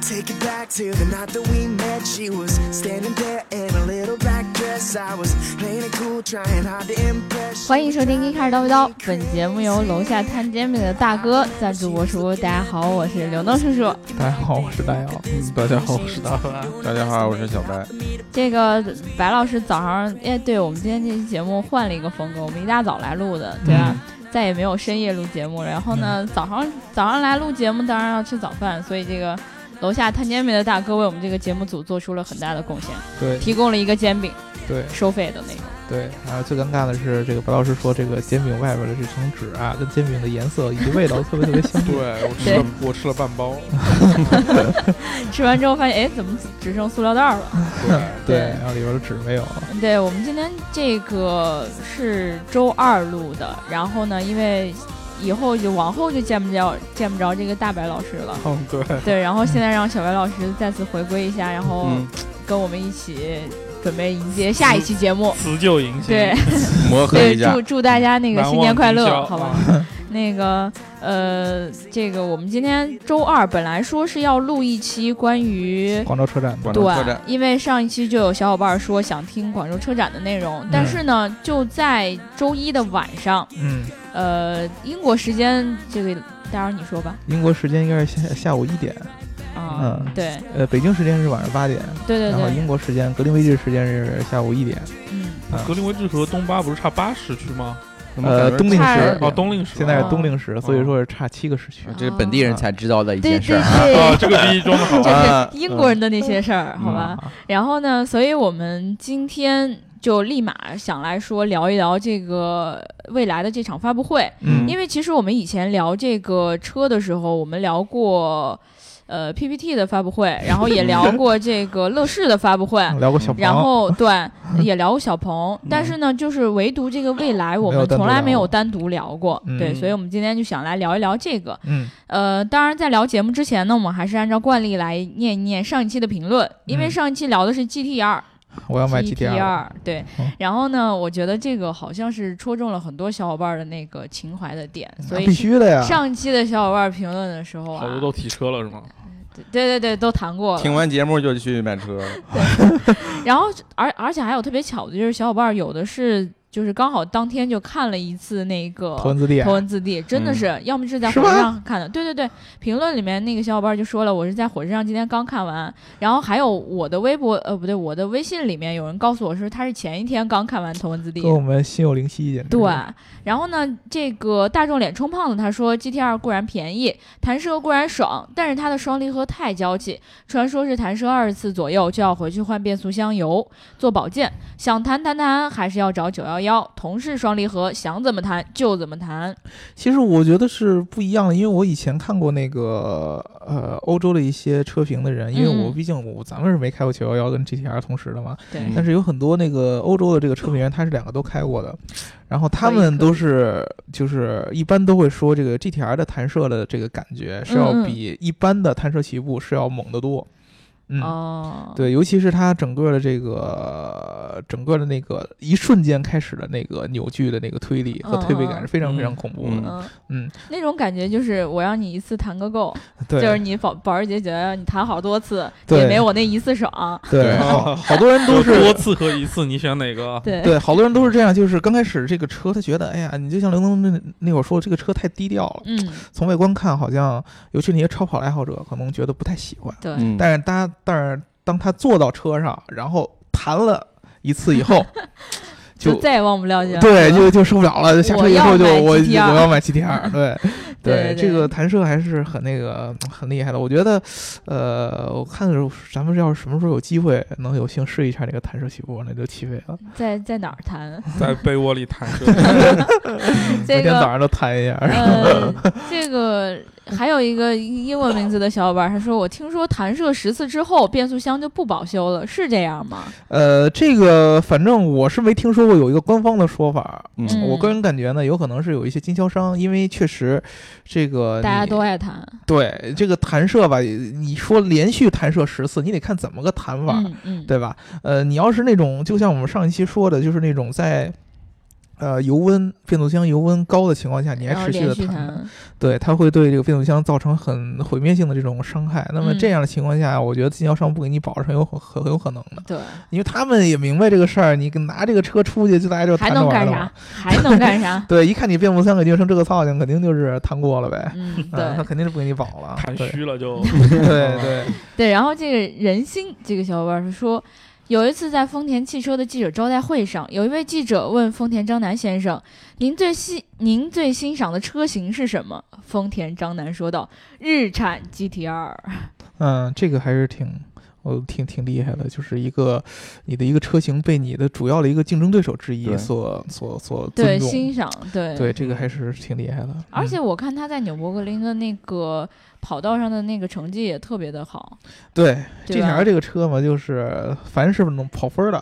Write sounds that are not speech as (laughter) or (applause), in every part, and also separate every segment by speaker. Speaker 1: take it back to the night that we met. She was standing there in a little black dress. I was playing it cool, trying hard to impress.
Speaker 2: 欢迎收听《一开始叨不叨》，本节目由楼下摊煎饼的大哥赞助播出。大家好，我是刘能叔叔。
Speaker 3: 大家好，我是大姚。嗯，大家好，我是大凡。
Speaker 4: 大家好，我是小白。
Speaker 2: 这个白老师早上，哎，对我们今天这期节目换了一个风格，我们一大早来录的，对啊吧？再也没有深夜录节目了。然后呢，早上早上来录节目，当然要吃早饭，所以这个楼下摊煎饼的大哥为我们这个节目组做出了很大的贡献，
Speaker 3: 嗯对
Speaker 2: 提供了一个煎饼，
Speaker 3: 对
Speaker 2: 收费的那个。
Speaker 3: 对，然后最尴尬的是，这个白老师说这个煎饼外边的这层纸啊，跟煎饼的颜色以及味道特别特别
Speaker 4: (laughs)
Speaker 3: 相
Speaker 4: 对
Speaker 3: 近。
Speaker 4: 我吃了，我吃了半包。
Speaker 2: 吃完之后发现，哎，怎么只剩塑料袋了？
Speaker 4: 对，
Speaker 3: (laughs) 对，
Speaker 2: 对
Speaker 3: 然后里边的纸没有了。
Speaker 2: 对我们今天这个是周二录的，然后呢，因为以后就往后就见不着见不着这个大白老师
Speaker 5: (laughs)
Speaker 2: 了，
Speaker 4: 嗯， (laughs) 对，
Speaker 2: 对，然后现在让小白老师再次回归一下，然后
Speaker 4: 嗯，
Speaker 2: 跟我们一起准备迎接下一期节
Speaker 5: (laughs)
Speaker 2: 目。
Speaker 5: 辞旧迎新，
Speaker 2: 对，
Speaker 4: 磨合
Speaker 2: 对，
Speaker 4: 一下
Speaker 2: 祝。祝大家那个
Speaker 5: 难忘
Speaker 2: 新年快
Speaker 5: 今
Speaker 2: 乐，
Speaker 5: 宵 (laughs)
Speaker 2: 好吧？那个呃，这个我们今天周二本来说是要录一期关于
Speaker 3: (laughs) 广州车站，
Speaker 4: 广州车
Speaker 2: 对
Speaker 4: 站，，
Speaker 2: 因为上一期就有小伙伴说想听广州车展的内容，
Speaker 4: 嗯
Speaker 2: 但是呢，就在周一的晚上，
Speaker 3: 嗯，
Speaker 2: 呃，英国时间这个，待会儿你说吧。
Speaker 3: 英国时间应该是下下午一点，
Speaker 2: 啊、
Speaker 3: 嗯
Speaker 2: 对
Speaker 3: 呃，北京时间是晚上八点，
Speaker 2: 对对
Speaker 3: 然后
Speaker 2: 对，
Speaker 3: 英国时间格林威治时间是下午一点，
Speaker 2: 嗯，
Speaker 5: 格林威治和东巴不是差八时区吗？
Speaker 4: 怎么
Speaker 3: 呃，
Speaker 4: 感觉
Speaker 3: 冬令
Speaker 2: 差
Speaker 3: 时
Speaker 5: 哦，冬令时
Speaker 3: 现在
Speaker 2: 哦
Speaker 3: 是冬令时，所以说是差七个时区。
Speaker 4: 呃这是本地人才知道的一
Speaker 2: 对
Speaker 4: 件事
Speaker 2: 对
Speaker 4: 儿啊。
Speaker 5: 啊，
Speaker 2: 对，
Speaker 5: 这个逼装的
Speaker 2: (laughs)
Speaker 5: 好
Speaker 2: 这
Speaker 5: 啊，
Speaker 4: 啊
Speaker 2: 是英国人的那些事儿，好吧？
Speaker 3: 嗯？
Speaker 2: 然后呢，所以我们今天就立马想来说聊一聊这个未来的这场发布会。
Speaker 3: 嗯，
Speaker 2: 因为其实我们以前聊这个车的时候，我们聊过呃 PPT 的发布会，然后也聊过这个乐视的发布会，
Speaker 3: 嗯聊过小
Speaker 2: 然
Speaker 3: 庞，
Speaker 2: 后对也聊过小鹏，但是呢，就是唯独这个未来，我
Speaker 3: 嗯没有
Speaker 2: 们
Speaker 3: 单独
Speaker 2: 从来没
Speaker 3: 聊
Speaker 2: 有
Speaker 3: 过
Speaker 2: 单独聊过，对，
Speaker 3: 嗯
Speaker 2: 所以我们今天就想来聊一聊这个。
Speaker 3: 嗯，
Speaker 2: 呃，当然，在聊节目之前呢，我们还是按照惯例来念一念上一期的评论，因为
Speaker 3: 嗯
Speaker 2: 上一期聊的是 GTR，
Speaker 3: 我要买
Speaker 2: T
Speaker 3: GTR 了。
Speaker 2: 二，对
Speaker 3: 嗯。
Speaker 2: 然后呢，我觉得这个好像是戳中了很多小伙伴的那个情怀的点，所
Speaker 3: 那
Speaker 2: 以
Speaker 3: 嗯啊必须的呀！
Speaker 2: 上期的小伙伴评论的时候啊
Speaker 5: 好，多都提车了是吗？
Speaker 2: 对对对，都谈过
Speaker 4: 听
Speaker 2: 了。
Speaker 4: 完节目就去买车，
Speaker 2: 然后，而而且还有特别巧的就是，小伙伴有的是就是刚好当天就看了一次那个
Speaker 3: 头文字 D，嗯
Speaker 2: 头文字 D，真的是，要么是在
Speaker 3: 是
Speaker 2: 火
Speaker 3: 吗
Speaker 2: 车上看的。对对对，评论里面那个小伙伴就说了，我是在火车上今天刚看完。然后还有我的微博，呃，不对，我的微信里面有人告诉我说他是前一天刚看完头文字 D
Speaker 3: 跟。我们心有灵犀，简直
Speaker 2: 对，然后呢，这个大众脸充胖子他说 GT R 固然便宜，弹射固然爽，但是它的双离合太娇气，传说是弹射二十次左右就要回去换变速箱油做保健，想弹弹弹还是要找九幺幺，同是双离合，想怎么弹就怎么弹。
Speaker 3: 其实我觉得是不一样的，因为我以前看过那个呃欧洲的一些车评的人，因为
Speaker 2: 嗯
Speaker 3: 我毕竟我咱们是没开过911跟 GTR 同时的嘛，
Speaker 2: 对，
Speaker 4: 嗯
Speaker 3: 但是有很多那个欧洲的这个车评员他是两个都开过的，然后他
Speaker 2: 可以
Speaker 3: 们
Speaker 2: 可以
Speaker 3: 都是就是一般都会说这个 GTR 的弹射的这个感觉是要
Speaker 2: 嗯嗯
Speaker 3: 比一般的弹射起步是要猛得多，嗯。
Speaker 2: 哦，
Speaker 3: 对，尤其是它整个的这个整个的那个一瞬间开始的那个扭矩的那个推力和推背感是非常非常恐怖的。
Speaker 2: 嗯，
Speaker 3: 嗯，
Speaker 2: 那种感觉就是我让你一次弹个够，
Speaker 3: 对，
Speaker 2: 就是你保保时捷觉得你弹好多次
Speaker 3: 对
Speaker 2: 也没我那一次爽，
Speaker 3: 对，
Speaker 4: 对
Speaker 2: (laughs)
Speaker 3: 好好多人都
Speaker 5: 有多
Speaker 3: 是。
Speaker 5: 次和一次，你选哪个？
Speaker 2: 对
Speaker 3: 对，好多人都是这样，就是刚开始这个车，他觉得，哎呀，你就像刘能那那会儿说，这个车太低调了。
Speaker 2: 嗯，
Speaker 3: 从外观看，好像尤其那些超跑爱好者可能觉得不太喜欢。
Speaker 2: 对，
Speaker 4: 嗯，
Speaker 3: 但是他，但是当他坐到车上，然后弹了一次
Speaker 2: (laughs)
Speaker 3: 以后，
Speaker 2: 就
Speaker 3: 就
Speaker 2: 再也忘不了去，
Speaker 3: 对，就就受不了了，就下车以后就
Speaker 2: 我要
Speaker 3: 我
Speaker 2: 买 GTR
Speaker 3: 我要买 GTR，对
Speaker 2: (laughs) 对对
Speaker 3: 这个弹射还是很那个很厉害的。我觉得，呃，我看着咱们要是什么时候有机会能有幸试一下这个弹射起步，那就起飞了。
Speaker 2: 在在哪儿 (laughs) 弹？
Speaker 5: 在被窝里弹射，
Speaker 2: 这
Speaker 3: 每天早
Speaker 2: 个
Speaker 3: 上都弹一下，
Speaker 2: 呃，
Speaker 3: (laughs)
Speaker 2: 这个还有一个英文名字的小伙伴，他说我听说弹射十次之后变速箱就不保修了，是这样吗？
Speaker 3: 呃，这个反正我是没听说过有一个官方的说法。
Speaker 4: 嗯
Speaker 3: 我个人感觉呢，有可能是有一些经销商，因为确实这个
Speaker 2: 大家
Speaker 3: 呃你
Speaker 2: 都爱弹，
Speaker 3: 对这个弹射吧，你说连续弹射十次，你得看怎么个弹法。
Speaker 2: 嗯嗯，
Speaker 3: 对吧？呃，你要是那种，就像我们上一期说的，就是那种在呃油温变速箱油温高的情况下，你还
Speaker 2: 然后
Speaker 3: 持续
Speaker 2: 连
Speaker 3: 的
Speaker 2: 续
Speaker 3: 弹，
Speaker 2: 弹，
Speaker 3: 对它会对这个变速箱造成很毁灭性的这种伤害。那么
Speaker 2: 嗯
Speaker 3: 这样的情况下，我觉得经销商不给你保是很有很很有可能的，
Speaker 2: 对，
Speaker 3: 因为他们也明白这个事儿，你拿这个车出去就大家就
Speaker 2: 还
Speaker 3: 弹着
Speaker 2: 能
Speaker 3: 玩
Speaker 2: 干
Speaker 3: 了
Speaker 2: 啥
Speaker 3: 嘛。？
Speaker 2: 还能干啥
Speaker 3: (laughs) ？对，一看你变速箱给定成这个操性，肯定就是弹过了呗。
Speaker 2: 嗯，
Speaker 3: 嗯，他
Speaker 2: 对
Speaker 3: 肯定是不给你保了。
Speaker 5: 弹
Speaker 3: 对
Speaker 5: 虚了就
Speaker 3: 对对，
Speaker 2: 对。然后这个人心这个小伙伴是说，有一次在丰田汽车的记者招待会上，有一位记者问丰田张楠先生：“您最欣您最欣赏的车型是什么？”丰田张楠说道：“日产 GT 二。
Speaker 3: 嗯，这个还是挺，我挺挺厉害的，就是一个你的一个车型被你的主要的一个竞争对手之一
Speaker 4: 对嗯
Speaker 3: 所所所”
Speaker 2: 对，
Speaker 3: 尊
Speaker 2: 欣
Speaker 3: 重，
Speaker 2: 赏对。
Speaker 3: 对这个还是挺厉害的。
Speaker 2: 而且
Speaker 3: 嗯
Speaker 2: 我看他在纽博格林的那个跑道上的那个成绩也特别的
Speaker 3: (laughs)
Speaker 2: 好，
Speaker 3: 对
Speaker 2: 对
Speaker 3: G
Speaker 2: 吧
Speaker 3: T R 这个车嘛，就是凡是能跑分儿的、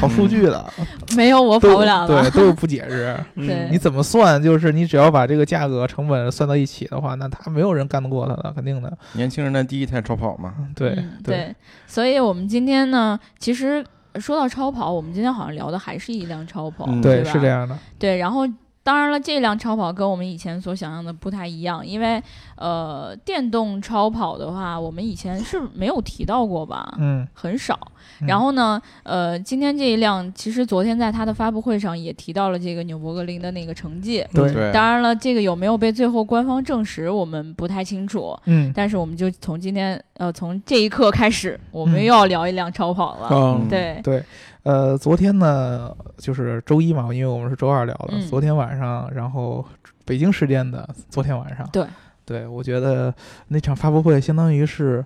Speaker 3: 跑
Speaker 4: 嗯
Speaker 3: 数据的，
Speaker 2: (laughs) 没有我跑
Speaker 3: 都
Speaker 2: 不了了。
Speaker 3: 对都是不解释。
Speaker 2: (laughs)
Speaker 5: 嗯
Speaker 2: 对
Speaker 3: 你怎么算？就是你只要把这个价格成本算到一起的话，那他没有人干得过他的，肯定的。
Speaker 4: 年轻人的第一台超跑嘛，
Speaker 3: 对、
Speaker 2: (laughs) 嗯、对，所以我们今天呢，其实说到超跑，我们今天好像聊的还是一辆超跑，
Speaker 4: 嗯
Speaker 3: 对，
Speaker 2: 吧
Speaker 3: 是这。样的。
Speaker 2: 对，然后当然了，这辆超跑跟我们以前所想象的不太一样，因为呃，电动超跑的话，我们以前是没有提到过吧，
Speaker 3: 嗯，
Speaker 2: 很少。
Speaker 3: 嗯
Speaker 2: 然后呢，呃，今天这一辆，其实昨天在它的发布会上也提到了这个纽博格林的那个成绩。
Speaker 3: 对
Speaker 4: 对，
Speaker 2: 当然了，这个有没有被最后官方证实，我们不太清楚。
Speaker 3: 嗯，
Speaker 2: 但是我们就从今天，呃，从这一刻开始，我们
Speaker 3: 嗯
Speaker 2: 又要聊一辆超跑了。
Speaker 3: 嗯
Speaker 2: 对，
Speaker 3: 对，呃，昨天呢，就是周一嘛，因为我们是周二聊的，
Speaker 2: 嗯
Speaker 3: 昨天晚上，然后北京时间的昨天晚上，
Speaker 2: 对，
Speaker 3: 对我觉得那场发布会相当于是。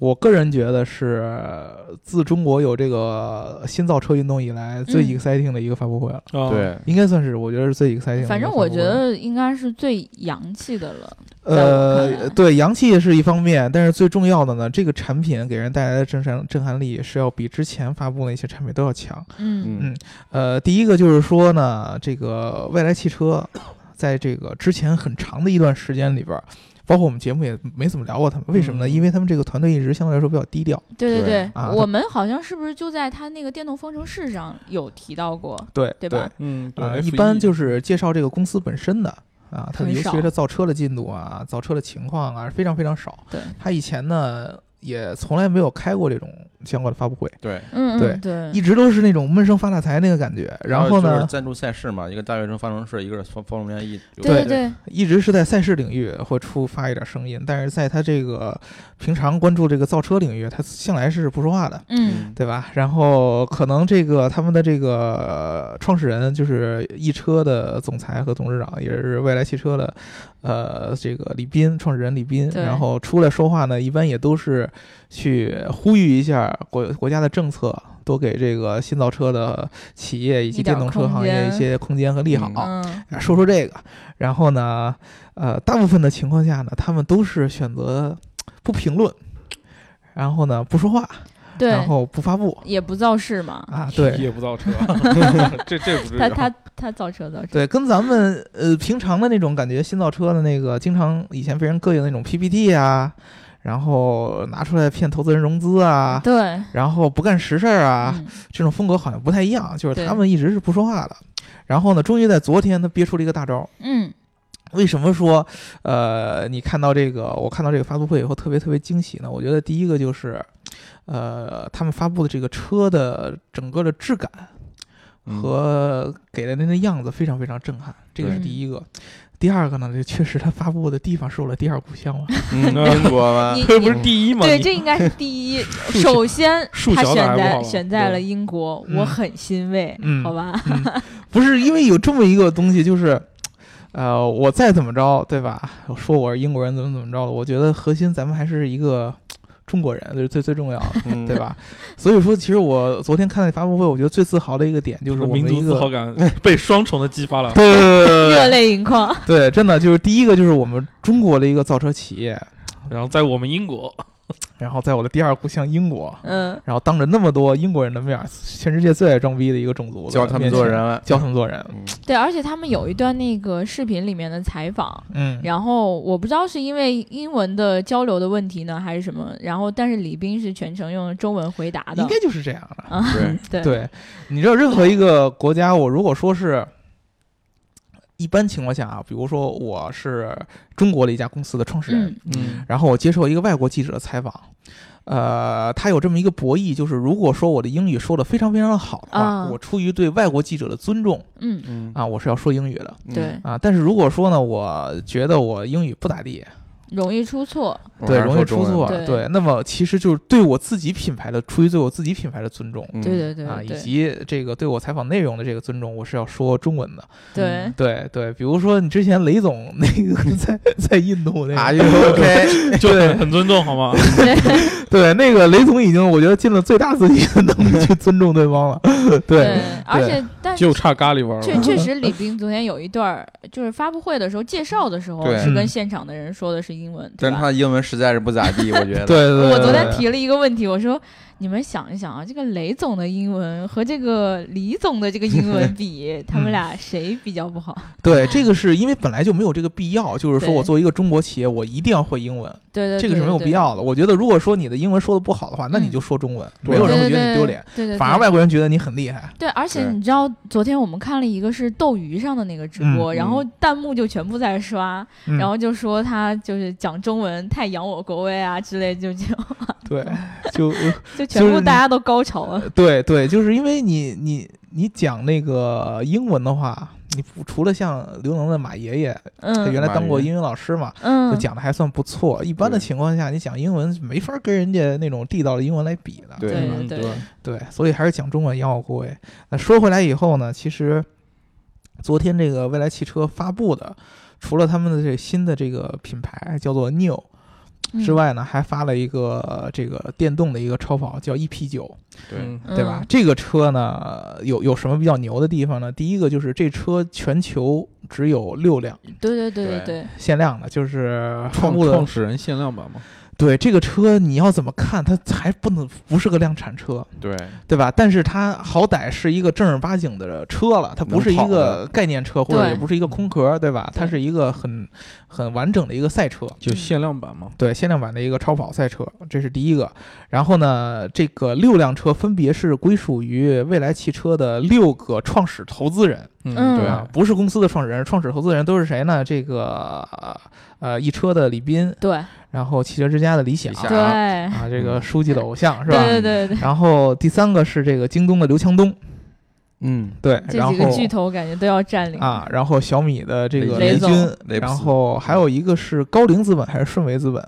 Speaker 3: 我个人觉得是自中国有这个新造车运动以来最
Speaker 2: 嗯
Speaker 3: exciting 的一个发布会了，
Speaker 5: 啊，
Speaker 4: 对，
Speaker 3: 应该算是我觉得是最 exciting 的一个发
Speaker 2: 反
Speaker 3: 布会了。
Speaker 2: 正我觉得应该是最洋气的了。在我看来
Speaker 3: 呃，对，洋气是一方面，但是最重要的呢，这个产品给人带来的震撼震撼力是要比之前发布那些产品都要强。
Speaker 2: 嗯
Speaker 4: 嗯
Speaker 3: 呃，第一个就是说呢，这个未来汽车 (coughs) 在这个之前很长的一段时间里边儿，包括我们节目也没怎么聊过他们，为什么呢？
Speaker 5: 嗯
Speaker 3: 因为他们这个团队一直相对来说比较低调。
Speaker 2: 对对
Speaker 4: 对
Speaker 2: 对，
Speaker 3: 啊
Speaker 2: 我们好像是不是就在他那个电动方程式上有提到过？
Speaker 3: 对
Speaker 2: 对吧
Speaker 5: 嗯，
Speaker 3: 啊、
Speaker 5: 对，
Speaker 3: 一般就是是介绍这个公司本身的啊，它的
Speaker 2: 很
Speaker 3: 尤其
Speaker 2: 少
Speaker 3: 是它造车的进度啊、造车的情况啊，非常非常少。
Speaker 2: 对，
Speaker 3: 它以前呢也从来没有开过这种相关的发布会，
Speaker 4: 对。
Speaker 2: 嗯
Speaker 3: 对
Speaker 2: 嗯对，
Speaker 3: 一直都是那种闷声发大财那个感觉。然后
Speaker 4: 还有就
Speaker 3: 呢
Speaker 4: 是，赞助赛事嘛，一个大学生方程式，一个是方方程式一，
Speaker 2: 对
Speaker 3: 对
Speaker 2: 对，
Speaker 3: 一直是在赛事领域会出发一点声音，但是在他这个平常关注这个造车领域，他向来是不说话的，
Speaker 2: 嗯
Speaker 3: 对吧？然后可能这个他们的这个呃创始人就是易车的总裁和董事长，也是未来汽车的，呃，这个李斌，创始人李斌，
Speaker 2: 对
Speaker 3: 然后出来说话呢，一般也都是去呼吁一下国国家的政策。多给这个新造车的企业以及
Speaker 2: 一点
Speaker 3: 电动车行业
Speaker 2: 空
Speaker 3: 一
Speaker 2: 间
Speaker 3: 些空间和利好，
Speaker 4: 嗯
Speaker 2: 嗯
Speaker 3: 啊，说说这个，然后呢，呃，大部分的情况下呢，他们都是选择不评论，然后呢不说话，
Speaker 2: 对，
Speaker 3: 然后不发布
Speaker 2: 也不造势嘛。
Speaker 3: 啊，对
Speaker 5: 也不造车，这这不至于
Speaker 2: 他
Speaker 5: 啊。
Speaker 2: 他他造车造车，
Speaker 3: 对，跟咱们呃平常的那种感觉，新造车的那个经常以前被人膈应的那种 PPT 啊，然后拿出来骗投资人融资啊，
Speaker 2: 对
Speaker 3: 然后不干实事儿啊，
Speaker 2: 嗯
Speaker 3: 这种风格好像不太一样，就是
Speaker 2: 对
Speaker 3: 他们一直是不说话的，然后呢，终于在昨天他憋出了一个大招儿。
Speaker 2: 嗯
Speaker 3: 为什么说，呃，你看到这个，我看到这个发布会以后特别特别惊喜呢？我觉得第一个就是，呃，他们发布的这个车的整个的质感
Speaker 4: 嗯
Speaker 3: 和给的那个样子非常非常震撼，这个是
Speaker 2: 对
Speaker 3: 第一个。第二个呢，这确实它发布的地方受了第二故乡了， (laughs)
Speaker 4: 嗯英国
Speaker 3: 啊
Speaker 4: 嘛
Speaker 2: (laughs) 你，
Speaker 5: 这不是第一吗？
Speaker 2: 对，
Speaker 5: 你
Speaker 2: 这应该是第
Speaker 3: (laughs)
Speaker 2: 一。
Speaker 5: 数
Speaker 2: 首先，
Speaker 5: 数
Speaker 2: 他
Speaker 5: 小
Speaker 2: 选
Speaker 5: 打还不
Speaker 2: 在
Speaker 5: 好吗
Speaker 2: 选在
Speaker 5: 对
Speaker 2: 了英国，
Speaker 3: 嗯
Speaker 2: 我很欣慰，
Speaker 3: 嗯
Speaker 2: 好吧？
Speaker 3: 不是因为有这么一个东西，就是，呃，我再怎么着，对吧？我说我是英国人，怎么怎么着的，我觉得核心咱们还是一个中国人，这是最最重要的。
Speaker 4: 嗯
Speaker 3: 对？吧？所以说，其实我昨天看那发布会，我觉得最自豪的一个点就是我们
Speaker 5: 民
Speaker 3: 的
Speaker 5: 族
Speaker 3: 一
Speaker 5: 自豪
Speaker 3: 个。
Speaker 5: 感 (laughs) 被双重的激发了。
Speaker 3: 对对
Speaker 2: 热
Speaker 3: 对对
Speaker 2: 泪盈眶。
Speaker 3: 对，真的就是第一个就是我们中国的一个造车企业，
Speaker 5: 然后在我们英国，
Speaker 3: 然后在我的第二故乡英国， (laughs)
Speaker 2: 嗯，
Speaker 3: 然后当着那么多英国人的面儿，全世界最爱装逼的一个种族，
Speaker 4: 教他们做人，了，
Speaker 3: 教他们做人，
Speaker 4: 嗯
Speaker 2: 对，而且他们有一段那个视频里面的采访，
Speaker 3: 嗯，
Speaker 2: 然后我不知道是因为英文的交流的问题呢，还是什么，然后但是李斌是全程用中文回答的
Speaker 3: 应，该就是这样的。
Speaker 2: 啊，
Speaker 4: 对
Speaker 2: 对
Speaker 3: 对，你知道任何一个国家，我如果说是一般情况下啊，比如说我是中国的一家公司的创始人，
Speaker 2: 嗯
Speaker 5: 嗯
Speaker 3: 然后我接受一个外国记者的采访，呃，他有这么一个博弈，就是如果说我的英语说的非常非常的好的话，
Speaker 2: 啊
Speaker 3: 我出于对外国记者的尊重
Speaker 2: 嗯，
Speaker 4: 嗯，
Speaker 3: 啊，我是要说英语的
Speaker 4: 嗯
Speaker 2: 对，
Speaker 3: 啊。但是如果说呢，我觉得我英语不咋地，
Speaker 2: 容易出错，
Speaker 4: 我
Speaker 3: 对，
Speaker 4: 还是
Speaker 3: 容易
Speaker 4: 说
Speaker 3: 出
Speaker 4: 中文
Speaker 3: 错，
Speaker 4: 吧
Speaker 2: 对
Speaker 3: 对，那么其实就是对我自己品牌的，出于对我自己品牌的尊重。
Speaker 4: 嗯
Speaker 2: 对对对
Speaker 3: 啊，以
Speaker 2: 对
Speaker 3: 及这个对我采访内容的这个尊重，我是要说中文的。
Speaker 2: 对，
Speaker 3: 对对，比如说你之前雷总那个 (laughs) 在在印度那个，
Speaker 4: Are you 哎
Speaker 5: (laughs)
Speaker 4: OK？
Speaker 5: (laughs) 就很很尊重好吗？
Speaker 3: 对那个雷总已经我觉得尽了最大自己的能力去尊重对方了。对
Speaker 2: 对，而且但
Speaker 5: 就差咖喱玩
Speaker 2: 确
Speaker 5: 了。
Speaker 2: 确实，李斌昨天有一段儿，就是发布会的时候介绍的时候
Speaker 4: 对
Speaker 2: 是跟
Speaker 3: 嗯
Speaker 2: 现场的人说的是英文，对
Speaker 4: 但是
Speaker 2: 吧？
Speaker 4: 他英文实在是不咋地，我觉得。
Speaker 3: 对对，
Speaker 2: 我昨天
Speaker 3: 对
Speaker 2: 提了一个问题，我说你们想一想啊，这个雷总的英文和这个李总的这个英文比，他们俩谁比较不好？
Speaker 3: 对这个是因为本来就没有这个必要，就是说
Speaker 2: 对
Speaker 3: 我作为一个中国企业，我一定要会英文，
Speaker 2: 对对，
Speaker 3: 这个是没有必要的。我觉得如果说你的英文说的不好的话，那你就说中文，
Speaker 5: 对
Speaker 3: 没有
Speaker 2: 对，对
Speaker 3: 人会觉得
Speaker 2: 对
Speaker 3: 你丢脸，，
Speaker 2: 对对，对
Speaker 3: 反而外国人觉得你很厉害。
Speaker 2: 对，而且
Speaker 4: 对
Speaker 2: 你知道，昨天我们看了一个是斗鱼上的那个直播，
Speaker 4: 嗯
Speaker 2: 然后弹幕就全部在刷，
Speaker 3: 嗯
Speaker 2: 然后就说他就是讲中文太扬我国威啊之类，就就
Speaker 3: 对，就
Speaker 2: 就全
Speaker 3: 就
Speaker 2: 部
Speaker 3: 是
Speaker 2: 大家都高潮了。
Speaker 3: 对对，就是因为你你你讲那个英文的话，你不除了像刘能的马爷爷，呃他
Speaker 2: 嗯
Speaker 3: 原来
Speaker 4: 马
Speaker 3: 当过
Speaker 4: 云
Speaker 3: 英语老师嘛，就
Speaker 2: 嗯，
Speaker 3: 讲的还算不错。一般的
Speaker 4: 对
Speaker 3: 情况下，你讲英文没法跟人家那种地道的英文来比的。
Speaker 4: 对
Speaker 2: 对
Speaker 5: 嗯
Speaker 2: 对
Speaker 5: 对
Speaker 3: 对，所以还是讲中文要各位。那说回来以后呢，其实昨天这个蔚来汽车发布的，除了他们的这新的这个品牌叫做 New
Speaker 2: 嗯
Speaker 3: 之外呢，还发了一个呃这个电动的一个超跑叫 EP 九。
Speaker 4: 对，
Speaker 5: 嗯
Speaker 3: 对吧？？这个车呢，有有什么比较牛的地方呢？第一个就是这车全球只有六辆
Speaker 2: 嗯对对对对对，
Speaker 3: 限量的，就是发
Speaker 5: 创
Speaker 3: 布的
Speaker 5: 创。始人限量版嘛，
Speaker 3: 对这个车，你要怎么看？它还不能不是个量产车，
Speaker 4: 对，
Speaker 3: 对吧？但是它好歹是一个正儿八经的车了，它不是一
Speaker 4: 能跑
Speaker 3: 个
Speaker 4: 的
Speaker 3: 概念车，或者
Speaker 2: 对
Speaker 3: 也不是一个空壳，对吧？
Speaker 2: 对
Speaker 3: 它是一个很很完整的一个赛车。
Speaker 5: 就限量版嘛。
Speaker 3: 对限量版的一个超跑赛车，这是第一个。然后呢，这个六辆车分别是归属于蔚来汽车的六个创始投资人，
Speaker 2: 嗯
Speaker 5: 对
Speaker 3: 啊
Speaker 5: 啊，，
Speaker 3: 不是公司的创始人，创始投资人都是谁呢？这个呃，一车的李斌，
Speaker 2: 对
Speaker 3: 然后汽车之家的李想
Speaker 4: 李想
Speaker 2: 对
Speaker 3: 啊，这个书记的偶像是吧？
Speaker 2: 对对对
Speaker 3: (laughs)
Speaker 2: 对，
Speaker 3: 然后第三个是这个京东的刘强东，
Speaker 4: 嗯，
Speaker 3: 对，
Speaker 2: 这
Speaker 3: 然后
Speaker 2: 几个巨头感觉都要占领
Speaker 3: 啊，然后小米的这个
Speaker 2: 雷
Speaker 3: 雷
Speaker 2: 总
Speaker 3: 军，
Speaker 4: 雷布斯
Speaker 3: 然后还有一个是高瓴资本还是顺为资本，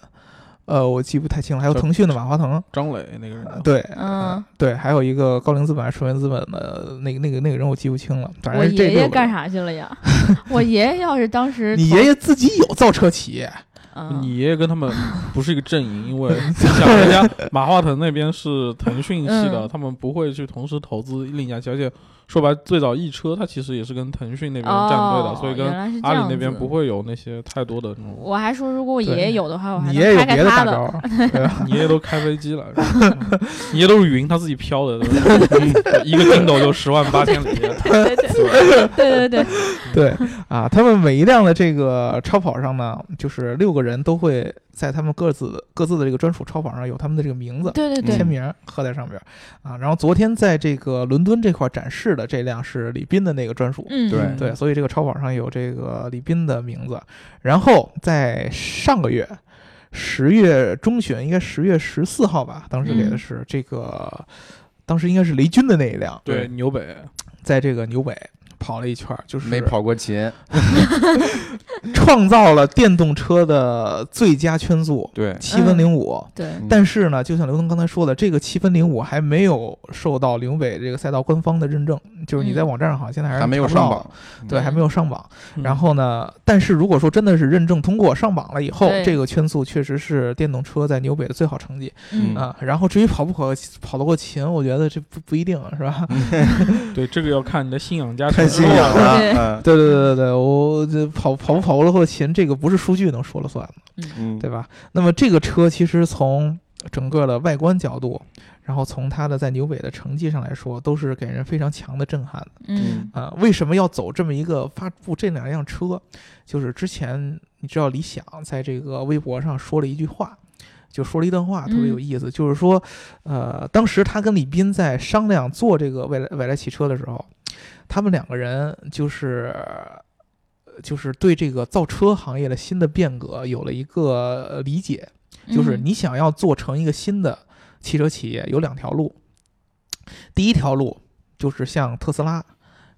Speaker 3: 呃，我记不太清了，还有
Speaker 5: 这
Speaker 3: 腾讯的马化腾，
Speaker 5: 张磊那个人呢，
Speaker 3: 对，呃
Speaker 2: 嗯，
Speaker 3: 对，还有一个高瓴资本还是顺为资本的那个那个那个人我记不清了，反
Speaker 2: 我
Speaker 3: 正是这
Speaker 2: 爷
Speaker 3: 六
Speaker 2: 爷
Speaker 3: 个
Speaker 2: 干
Speaker 3: 人。
Speaker 2: 啥去了
Speaker 3: (laughs)
Speaker 2: 呀？我爷爷要是当时
Speaker 3: 你
Speaker 2: 投
Speaker 3: 爷，爷自己有造车企业，
Speaker 2: 嗯，
Speaker 5: 你爷爷跟他们
Speaker 2: (laughs)
Speaker 5: 不是一个阵营，因
Speaker 3: (laughs)
Speaker 5: 为你想人家马化腾那边是腾讯系的，
Speaker 2: 嗯
Speaker 5: 他们不会去同时投资另一家企业。而且说白，最早易车它其实也是跟腾讯那边站队的，
Speaker 2: 哦
Speaker 5: 所以
Speaker 2: 原
Speaker 5: 跟
Speaker 2: 来是这
Speaker 5: 阿里
Speaker 2: 样
Speaker 5: 那边
Speaker 2: 子
Speaker 5: 不会有那些太多的那种。
Speaker 2: 我还说，如果我爷
Speaker 3: 对
Speaker 2: 爷有的话，我哦还
Speaker 3: 你爷爷
Speaker 2: 能拍开
Speaker 3: 有别的
Speaker 2: 他
Speaker 3: 大
Speaker 2: 的
Speaker 3: 招。儿，对吧
Speaker 5: 你爷爷都开飞
Speaker 2: (laughs)
Speaker 5: 机了，你爷爷都是云，他自己飘的，对吧
Speaker 2: (laughs)
Speaker 5: 一个筋斗就十万八千里。
Speaker 2: 对对对对对对， (laughs)
Speaker 3: 对啊，他们每一辆的这个超跑上呢，就是六个人都会在他们各自各自的这个专属超跑上有他们的这个名字。
Speaker 2: 对对对
Speaker 3: 签，名儿刻在上边儿啊，然后昨天在这个伦敦这块儿展示的这辆是李斌的那个专属，
Speaker 2: 嗯，
Speaker 4: 对
Speaker 3: 对，所以这个超跑上有这个李斌的名字。然后在上个月十月中旬，应该十月十四号吧，当时给的
Speaker 2: 嗯
Speaker 3: 是这个，当时应该是雷军的那一辆，
Speaker 5: 对，纽北
Speaker 3: 在这个纽北跑了一圈儿，就是
Speaker 4: 没跑过勤，
Speaker 3: 创造了电动车的最佳圈速
Speaker 4: 对，
Speaker 3: 七分零五。
Speaker 2: 对
Speaker 3: 但是呢，就像刘通刚才说的，这个七分零五还没有受到岭北这个赛道官方的认证，就是你在
Speaker 2: 嗯
Speaker 3: 网站上好像现在还是
Speaker 4: 还没有
Speaker 3: 查不到
Speaker 4: 上榜，
Speaker 3: 的，对，还没有上榜。
Speaker 5: 嗯
Speaker 3: 然后呢，但是如果说真的是认证通过上榜了以后
Speaker 2: 对，
Speaker 3: 这个圈速确实是电动车在纽北的最好成绩
Speaker 2: 嗯
Speaker 4: 嗯
Speaker 3: 啊、然后至于跑不跑跑得过秦，我觉得这不不一定是吧？
Speaker 5: 对这个要看你的信仰加成。
Speaker 4: 看信仰啊
Speaker 2: 对，
Speaker 4: 嗯
Speaker 3: 对对对对对，我这跑跑不跑得过秦，这个不是数据能说了算的，
Speaker 4: 嗯，
Speaker 3: 对吧？那么这个车其实从整个的外观角度，然后从它的在纽北的成绩上来说，都是给人非常强的震撼的。
Speaker 2: 嗯
Speaker 3: 啊、为什么要走这么一个发布这两辆车？就是之前你知道理想在这个微博上说了一句话，就说了一段话，特别有
Speaker 2: 嗯
Speaker 3: 意思，就是说，呃，当时他跟李斌在商量做这个未来未来汽车的时候，他们两个人就是。就是对这个造车行业的新的变革有了一个呃理解，就是
Speaker 2: 嗯
Speaker 3: 你想要做成一个新的汽车企业，有两条路。第一条路就是像特斯拉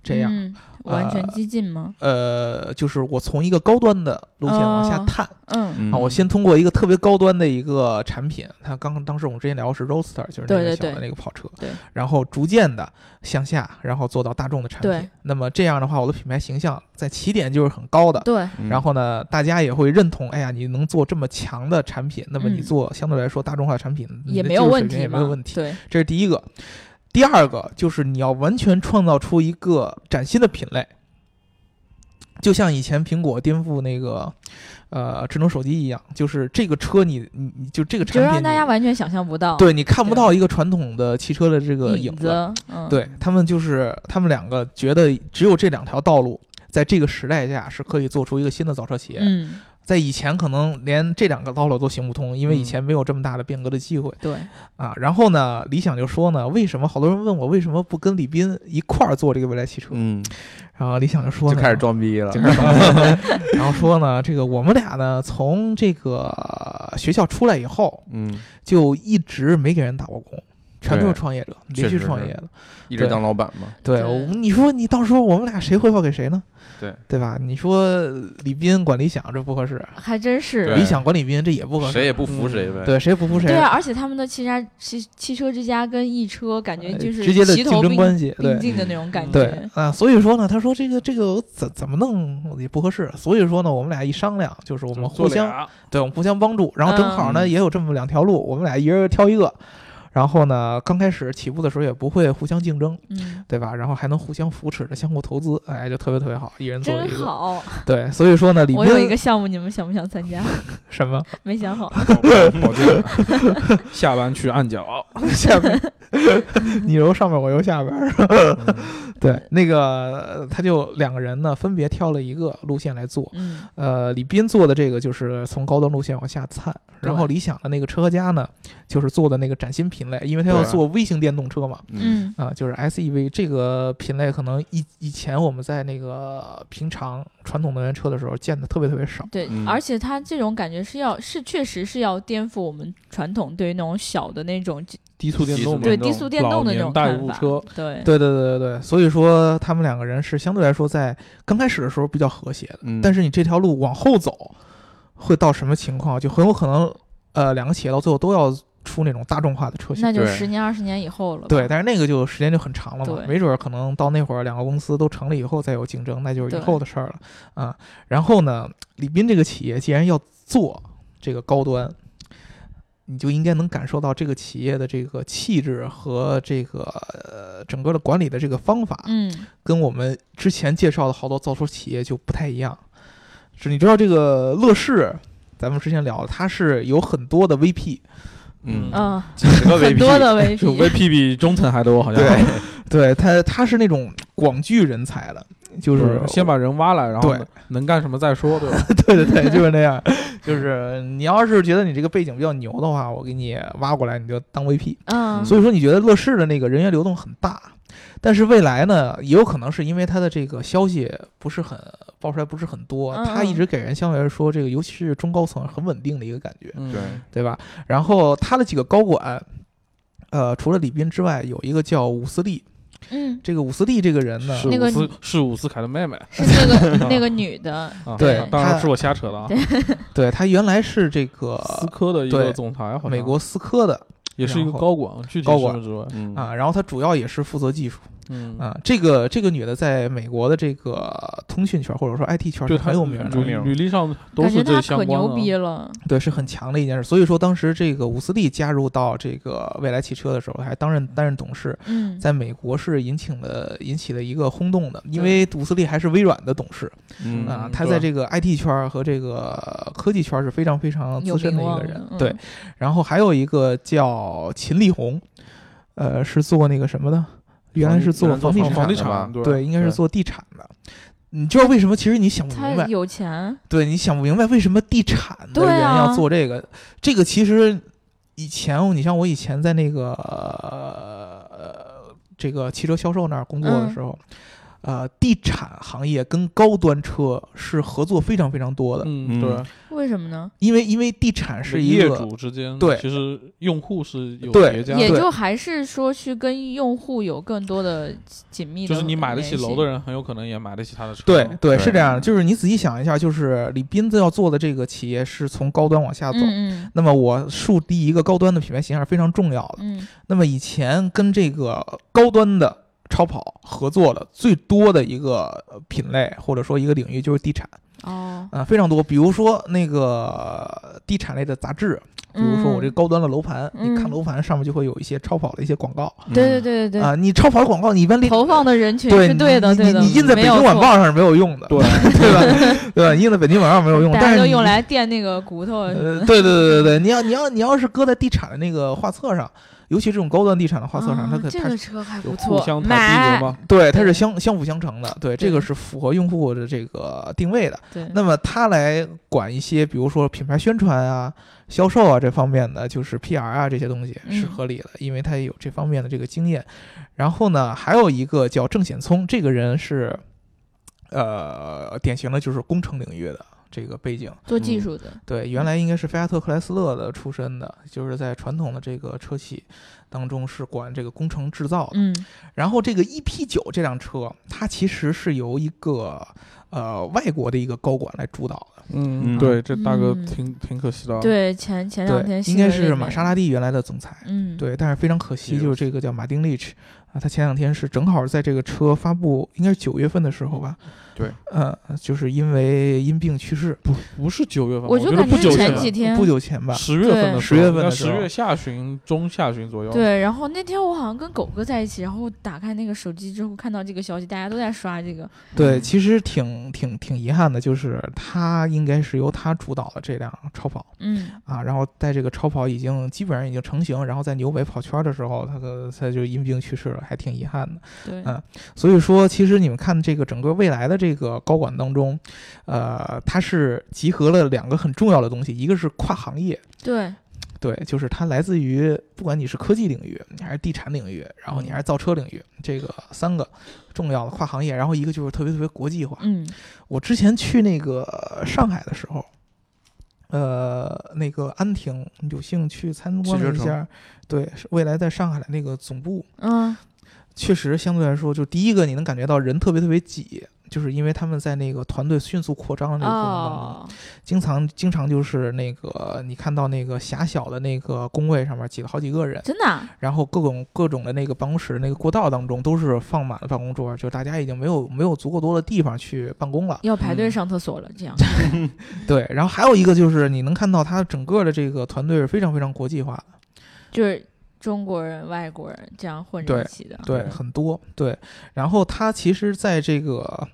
Speaker 3: 这样，
Speaker 2: 嗯完全激进吗？
Speaker 3: 呃，就是我从一个高端的路线往下
Speaker 2: 哦
Speaker 3: 探、
Speaker 2: 嗯，
Speaker 4: 嗯
Speaker 3: 啊，我先通过一个特别高端的一个产品，它刚当时我们之前聊的是 Roadster，就是那
Speaker 2: 对
Speaker 3: 个
Speaker 2: 对
Speaker 3: 小的
Speaker 2: 对
Speaker 3: 那个跑车，
Speaker 2: 对
Speaker 3: 然后逐渐的向下，然后做到大众的产
Speaker 2: 对
Speaker 3: 品。那么这样的话，我的品牌形象在起点就是很高的，
Speaker 2: 对，
Speaker 4: 嗯
Speaker 3: 然后呢，大家也会认同，哎呀，你能做这么强的产品，那么你
Speaker 2: 嗯
Speaker 3: 做相对来说大众化的产品你
Speaker 2: 也
Speaker 3: 的
Speaker 2: 没
Speaker 3: 技
Speaker 2: 有
Speaker 3: 术
Speaker 2: 问
Speaker 3: 水平
Speaker 2: 题，
Speaker 3: 也没有问题。
Speaker 2: 对，
Speaker 3: 这是第一个。第二个就是你要完全创造出一个崭新的品类，就像以前苹果颠覆那个呃智能手机一样，就是这个车你你你就这个
Speaker 2: 就
Speaker 3: 产品
Speaker 2: 让
Speaker 3: 你，
Speaker 2: 大家完全想象不到
Speaker 3: 对你看不
Speaker 2: 对
Speaker 3: 到一个传统的汽车的这个
Speaker 2: 影
Speaker 3: 影
Speaker 2: 子，嗯，
Speaker 3: 对他们就是他们两个觉得只有这两条道路，在这个时代下是可以做出一个新的造车企业。
Speaker 2: 嗯，
Speaker 3: 在以前可能连这两个道路都行不通，因为以
Speaker 4: 嗯
Speaker 3: 前没有这么大的变革的机会。
Speaker 2: 对，
Speaker 3: 啊，然后呢，理想就说呢，为什么好多人问我为什么不跟李斌一块儿做这个未来汽车？
Speaker 4: 嗯，
Speaker 3: 然后理想就说
Speaker 4: 就
Speaker 3: 呢，
Speaker 4: 开始装逼了
Speaker 3: 就，开始装逼 (laughs) 然后说呢，这个我们俩呢，从这个学校出来以后，
Speaker 4: 嗯，
Speaker 3: 就一直没给人打过工，全都是
Speaker 4: 对
Speaker 3: 创业者，
Speaker 4: 确
Speaker 3: 连续
Speaker 4: 实
Speaker 3: 创
Speaker 4: 是
Speaker 3: 业的。
Speaker 4: 一直
Speaker 3: 对
Speaker 4: 当老板嘛，
Speaker 3: 对，
Speaker 2: 对
Speaker 3: 我你说你到时候我们俩谁汇报给谁呢？
Speaker 4: 对，
Speaker 3: 对吧？你说李斌管理想这不合适，
Speaker 2: 还真是
Speaker 4: 对。
Speaker 3: 理想管理斌这也不合适，
Speaker 4: 谁也不服谁呗。
Speaker 3: 对，谁也不服谁。
Speaker 2: 对啊，而且他们的汽车汽汽车之家跟易车感觉
Speaker 3: 呃
Speaker 2: 就是
Speaker 3: 直接的
Speaker 2: 齐头
Speaker 3: 竞争
Speaker 2: 并
Speaker 3: 关系，对
Speaker 2: 并。进的那种感觉。
Speaker 3: 对啊，所以说呢，他说这个这个怎怎么弄也不合适，所以说呢，我们俩一商量，就是我们互相，对，我们互相帮助，然后正好呢、
Speaker 4: 嗯
Speaker 3: 也有这么两条路，我们俩一人挑一个，然后呢刚开始起步的时候也不会互相竞争，
Speaker 2: 嗯，
Speaker 3: 对吧？然后还能互相扶持着相互投资，哎，就特别特别好，一人做
Speaker 2: 真
Speaker 3: 一个，
Speaker 2: 好。
Speaker 3: 对，所以说
Speaker 2: (laughs)
Speaker 3: 呢，里
Speaker 2: 我
Speaker 3: 边
Speaker 2: 有一个项目，你们想不想参加？
Speaker 3: 什么
Speaker 2: 没想好。
Speaker 5: 保定，
Speaker 2: (laughs)
Speaker 5: 下班去按脚，
Speaker 3: 下边。你揉上面，我揉下
Speaker 2: (laughs)
Speaker 3: 边儿。
Speaker 5: 嗯
Speaker 3: 对，那个他就两个人呢，分别挑了一个路线来做。
Speaker 2: 嗯
Speaker 3: 呃，李斌做的这个就是从高端路线往下探，
Speaker 2: 对
Speaker 3: 然后理想的那个车和家呢，就是做的那个崭新品类，因为它要
Speaker 4: 对啊
Speaker 3: 做微型电动车嘛，
Speaker 4: 嗯，
Speaker 2: 嗯
Speaker 3: 啊、就是 SEV 这个品类，可能以以前我们在那个平常传统能源车的时候见的特别特别少，
Speaker 2: 对，
Speaker 4: 嗯
Speaker 2: 而且它这种感觉是要是确实是要颠覆我们传统对于那种小的那种
Speaker 5: 低速电动嘛，
Speaker 2: 对
Speaker 4: 电
Speaker 2: 低速电动的那种
Speaker 5: 老
Speaker 2: 看
Speaker 5: 年代
Speaker 2: 法
Speaker 5: 步。
Speaker 2: 对，
Speaker 3: 对对对对对，所以说他们两个人是相对来说在刚开始的时候比较和谐的，
Speaker 4: 嗯
Speaker 3: 但是你这条路往后走，会到什么情况，就很有可能，呃，两个企业到最后都要出那种大众化的车型。
Speaker 2: 那就
Speaker 4: 对
Speaker 2: 十年二十年以后了吧。
Speaker 3: 对，但是那个就时间就很长了嘛
Speaker 2: 对，
Speaker 3: 没准儿可能到那会儿两个公司都成立以后再有竞争，那就是以
Speaker 2: 对
Speaker 3: 后的事儿了啊。然后呢，李斌这个企业既然要做这个高端，你就应该能感受到这个企业的这个气质和这个呃整个的管理的这个方法，
Speaker 2: 嗯，
Speaker 3: 跟我们之前介绍的好多造车企业就不太一样。是你知道这个乐视，咱们之前聊，它是有很多的 VP，
Speaker 4: 嗯
Speaker 5: 嗯
Speaker 2: 嗯，
Speaker 5: 几十个
Speaker 2: 很
Speaker 5: VP，
Speaker 2: 多的 VP，
Speaker 5: 就 VP 比中层还多，好像
Speaker 3: 对对他，他是那种广聚人才的，就
Speaker 5: 就是是先把人挖来，然后
Speaker 3: 对
Speaker 5: 能干什么再说，对吧？
Speaker 3: 对对对，就是那样。就是你要是觉得你这个背景比较牛的话，我给你挖过来，你就当 VP。
Speaker 2: 嗯，
Speaker 3: 所以说，你觉得乐视的那个人员流动很大，但是未来呢，也有可能是因为它的这个消息不是很爆出来，不是很多，
Speaker 2: 嗯
Speaker 3: 它
Speaker 2: 嗯
Speaker 3: 一直给人相对来说，这个尤其是中高层很稳定的一个感觉。
Speaker 5: 嗯
Speaker 4: 对
Speaker 3: 对吧？然后他的几个高管，呃，除了李斌之外，有一个叫伍思利。
Speaker 2: 嗯，
Speaker 3: 这个伍思利这个人呢，
Speaker 5: 是
Speaker 2: 那个
Speaker 5: 伍思是伍思凯的妹妹
Speaker 2: 是那个那个女的，
Speaker 5: 啊，
Speaker 3: 对
Speaker 5: 当然
Speaker 3: 她
Speaker 5: 是我瞎扯的啊。
Speaker 3: 对他原来是这个
Speaker 5: 思科的一
Speaker 3: 对
Speaker 5: 个总裁，好像
Speaker 3: 美国思科的
Speaker 5: 也是一个
Speaker 3: 然后
Speaker 5: 高管，具体
Speaker 3: 高
Speaker 5: 什
Speaker 3: 管
Speaker 5: 么职位？
Speaker 4: 嗯
Speaker 3: 啊，然后他主要也是负责技术
Speaker 5: 嗯，
Speaker 3: 啊。这个这个女的在美国的这个通讯圈或者说 IT 圈是
Speaker 5: 对，她
Speaker 3: 很有名的
Speaker 4: 嗯，
Speaker 5: 履履历上都
Speaker 2: 感觉
Speaker 5: 是
Speaker 2: 她
Speaker 5: 这相
Speaker 2: 可
Speaker 5: 关的啊。
Speaker 2: 牛逼了，
Speaker 3: 对，是很强的一件事。所以说当时这个伍思利加入到这个未来汽车的时候，还担任担任董事，
Speaker 2: 嗯，
Speaker 3: 在美国是引起了引起了一个轰动的，因为伍思利还是微软的董事。
Speaker 4: 嗯
Speaker 3: 啊
Speaker 5: 嗯，
Speaker 3: 他
Speaker 5: 对
Speaker 3: 在这个 IT 圈儿和这个科技圈儿是非常非常
Speaker 2: 有
Speaker 3: 资深的
Speaker 2: 名
Speaker 3: 一
Speaker 2: 望
Speaker 3: 个
Speaker 2: 的
Speaker 3: 人，
Speaker 2: 嗯
Speaker 3: 对。然后还有一个叫秦力红，呃，是做那个什么的，原来是做
Speaker 5: 房
Speaker 3: 地
Speaker 5: 房
Speaker 3: 产
Speaker 5: 地
Speaker 3: 的
Speaker 4: 产
Speaker 5: 产，
Speaker 4: 吧
Speaker 5: 对
Speaker 3: 对，应该是
Speaker 5: 对
Speaker 3: 做地产的。你知道为什么？其实你想不
Speaker 2: 他
Speaker 3: 明白，
Speaker 2: 有钱，
Speaker 3: 对，你想不明白为什么地产的
Speaker 2: 对
Speaker 3: 人
Speaker 2: 啊
Speaker 3: 要做这个。这个其实以前，你像我以前
Speaker 2: 嗯
Speaker 3: 在那个、呃、这个汽车销售那儿工作的时候，呃，地产行业跟高端车是合作非常非常多的，
Speaker 4: 嗯
Speaker 5: 嗯，对，
Speaker 2: 为什么呢？
Speaker 3: 因为因为地产是一
Speaker 5: 业
Speaker 3: 个
Speaker 5: 主之间，
Speaker 3: 对
Speaker 5: 其实用户是有
Speaker 3: 对
Speaker 5: 叠加
Speaker 2: 也
Speaker 5: 的，
Speaker 2: 就还是说去跟用户有更多的紧密的，
Speaker 5: 就是你买得起楼的，人，很有可能也买得起他的车。
Speaker 3: 对对
Speaker 4: 对
Speaker 3: 是这样的，就是你仔细想一下，就是李斌子要做的这个企业是从高端往下走。
Speaker 2: 嗯
Speaker 3: 那么我树立一个高端的品牌形象是非常重要的。
Speaker 2: 嗯
Speaker 3: 那么以前跟这个高端的超跑合作的最多的一个呃品类或者说一个领域就是地产
Speaker 2: 嗯，哦，
Speaker 3: 啊、非常多。比如说那个呃地产类的杂志，比如说我这
Speaker 2: 嗯
Speaker 3: 高端的楼盘，
Speaker 2: 嗯
Speaker 3: 你看楼盘上面就会有一些超跑的一些广告啊、
Speaker 2: 对对对对
Speaker 3: 你超跑的广告你一般列
Speaker 2: 投放的人群
Speaker 3: 对
Speaker 2: 是对的，
Speaker 3: 你你
Speaker 2: 对的，嗯
Speaker 3: 你印在北
Speaker 2: 没有
Speaker 3: 京晚
Speaker 2: 错
Speaker 3: 报上是没有用的，
Speaker 5: 对
Speaker 3: 对吧？ (laughs) 对吧？印在北京晚报上没有用，
Speaker 2: 大
Speaker 3: 但
Speaker 2: 家
Speaker 3: 是
Speaker 2: 都
Speaker 3: 你
Speaker 2: 用。来垫那个骨头什么
Speaker 3: 呃，
Speaker 2: 的，
Speaker 3: 对对对对对，你要你要你要是搁在地产的那个画册上，尤其这种高端地产的画册上，它
Speaker 2: 啊
Speaker 3: 可
Speaker 2: 这
Speaker 3: 它
Speaker 2: 个车还不
Speaker 5: 有
Speaker 2: 错
Speaker 5: 互，相抬
Speaker 2: 买
Speaker 5: 逼格嘛。
Speaker 3: 对，它
Speaker 2: 对
Speaker 3: 是相相辅相成的，对，这
Speaker 2: 对
Speaker 3: 个是符合用户的这个定位的。
Speaker 2: 对，
Speaker 3: 那么它来管一些，比如说品牌宣传啊、销售啊这方面的，就是 PR 啊这些东西
Speaker 2: 嗯
Speaker 3: 是合理的，因为它也有这方面的这个经验。然后呢，还有一个叫郑显聪，这个人是，呃，典型的就是工程领域的这个背景。
Speaker 2: 做技术的，
Speaker 3: 对，原来应该是菲亚特克莱斯勒的出身的，就是在传统的这个车企当中是管这个工程制造的。
Speaker 2: 嗯
Speaker 3: 然后这个 EP 九这辆车，它其实是由一个呃外国的一个高管来主导的，
Speaker 5: 嗯
Speaker 4: 嗯
Speaker 5: 对，这大哥
Speaker 2: 嗯
Speaker 5: 挺挺可惜的啊。
Speaker 2: 对，前前两天
Speaker 3: 对，
Speaker 2: 新
Speaker 3: 应该
Speaker 2: 闻里
Speaker 3: 是玛
Speaker 2: 面
Speaker 3: 莎，拉蒂原来的总裁。
Speaker 2: 嗯，
Speaker 3: 对，但是非常可惜，
Speaker 5: 也
Speaker 3: 就是是这个叫马丁·利奇啊，他前两天是正好在这个车发布，应该是九月份的时候吧？
Speaker 4: 对，
Speaker 3: 呃，就是因为因病去世，
Speaker 5: 不不是九月份，
Speaker 2: 我
Speaker 5: 我
Speaker 2: 就
Speaker 5: 得
Speaker 2: 感
Speaker 5: 不
Speaker 2: 觉
Speaker 5: 久
Speaker 2: 啊是前
Speaker 5: 前
Speaker 2: 几天
Speaker 3: 不久前吧？
Speaker 5: 十月份
Speaker 3: 对
Speaker 5: 的时候
Speaker 3: 十月份的
Speaker 5: 应该
Speaker 3: 时
Speaker 5: 十
Speaker 3: 候
Speaker 5: 月下旬、中下旬左右。，
Speaker 2: 对，然后那天我好像跟狗哥在一起，然后我打开那个手机之后看到这个消息，大家都在刷这个，
Speaker 3: 对，其实挺挺挺遗憾的，就是他应该是由他主导的这辆超跑。
Speaker 2: 嗯，
Speaker 3: 啊，然后在这个超跑已经基本上已经成型，然后在纽北跑圈的时候，他的他就因病去世了，还挺遗憾的。
Speaker 2: 对，
Speaker 3: 嗯所以说，其实你们看这个整个未来的这个高管当中，呃，它是集合了两个很重要的东西，一个是跨行业，
Speaker 2: 对，
Speaker 3: 对，就是它来自于不管你是科技领域，你还是地产领域，然后你还是造车领域，这个三个重要的跨行业，然后一个就是特别特别国际化，
Speaker 2: 嗯
Speaker 3: 我之前去那个上海的时候，呃，那个安亭有幸去参观了一
Speaker 4: 汽车
Speaker 3: 下，对，是未来在上海的那个总部，
Speaker 2: 嗯，
Speaker 3: 确实相对来说，就第一个你能感觉到人特别特别挤，就是因为他们在那个团队迅速扩张的那个过程当中，
Speaker 2: 哦，
Speaker 3: 经常经常就是那个你看到那个狭小的那个工位上面挤了好几个人，
Speaker 2: 真的啊，
Speaker 3: 然后各种各种的那个办公室那个过道当中都是放满了办公桌，就大家已经没有没有足够多的地方去办公了。
Speaker 2: 要排队
Speaker 5: 嗯
Speaker 2: 上厕所了，这
Speaker 3: (laughs)
Speaker 2: 样，
Speaker 3: 对，然后还有一个就是你能看到他整个的这个团队是非常非常国际化的，
Speaker 2: 就是中国人、外国人这样混着
Speaker 3: 对
Speaker 2: 一起的，
Speaker 3: 对，
Speaker 4: 对
Speaker 3: 很多对。然后他其实在这个，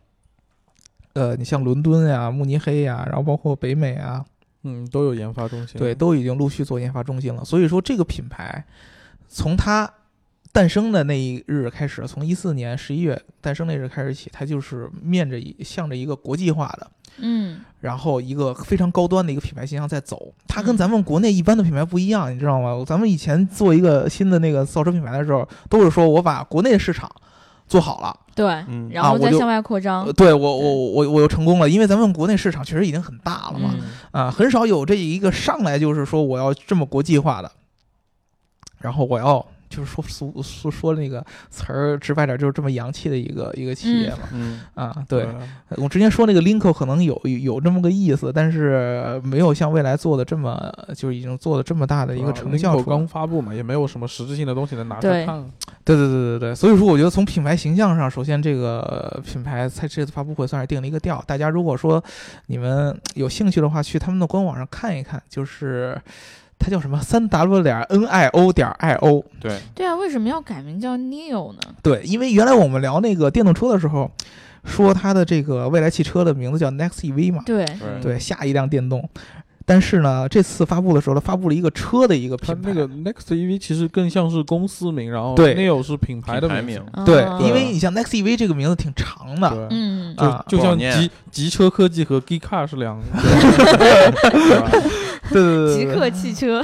Speaker 3: 呃，你像伦敦呀、慕尼黑呀，然后包括北美啊，
Speaker 5: 嗯，都有研发中心。
Speaker 3: 对，都已经陆续做研发中心了。所以说这个品牌从它诞生的那一日开始，从一四年十一月诞生那日开始起，它就是面着一向着一个国际化的。
Speaker 2: 嗯，
Speaker 3: 然后一个非常高端的一个品牌形象在走。它跟咱们国内一般的品牌不一样，你知道吗？咱们以前做一个新的那个造车品牌的时候，都是说我把国内市场做好了，
Speaker 2: 对，
Speaker 4: 嗯
Speaker 2: 然
Speaker 3: 啊
Speaker 2: 后
Speaker 3: 我
Speaker 2: 再
Speaker 3: 就
Speaker 2: 向外扩张
Speaker 3: 呃，对我我我我又成功了，因为咱们国内市场确实已经很大了嘛，
Speaker 5: 嗯，
Speaker 3: 啊，很少有这一个上来就是说我要这么国际化的，然后我要。就是说俗说说那个词儿直白点，就是这么洋气的一个一个企业嘛、
Speaker 4: 嗯，
Speaker 3: 啊，对，我之前说那个 Linko 可能有有这么个意思，但是没有像未来做的这么，就是已经做的这么大的一个成效
Speaker 5: 啊
Speaker 3: 出来。
Speaker 5: 刚发布嘛，也没有什么实质性的东西能拿出
Speaker 2: 对
Speaker 5: 来看。
Speaker 3: 对对对对对，所以说我觉得从品牌形象上，首先这个呃品牌在这次发布会算是定了一个调。大家如果说你们有兴趣的话，去他们的官网上看一看，就是它叫什么三 w 点 n i o 点 i o。
Speaker 4: 对，
Speaker 2: 对啊，为什么要改名叫 Neo 呢？
Speaker 3: 对，因为原来我们聊那个电动车的时候，说它的这个未来汽车的名字叫 Next EV 嘛，
Speaker 2: 对，
Speaker 4: 对，
Speaker 3: 对，下一辆电动。但是呢，这次发布的时候，它发布了一个车的一个
Speaker 5: 它
Speaker 3: 品牌，
Speaker 5: 那个 Next EV 其实更像是公司名，然后
Speaker 3: 对
Speaker 5: Neo 是品牌的
Speaker 4: 品牌
Speaker 5: 名
Speaker 4: 名
Speaker 5: 字。
Speaker 3: 对
Speaker 2: 啊，
Speaker 3: 因为你像 Next EV 这个名字挺长的，
Speaker 5: 对，
Speaker 2: 嗯，
Speaker 3: 啊
Speaker 5: 就就
Speaker 4: 不好
Speaker 5: 像
Speaker 4: 念
Speaker 5: (laughs) 极极车科技和 Geek Car 是两个。对吧
Speaker 3: 对对
Speaker 2: 极
Speaker 3: 对对
Speaker 2: 客汽车，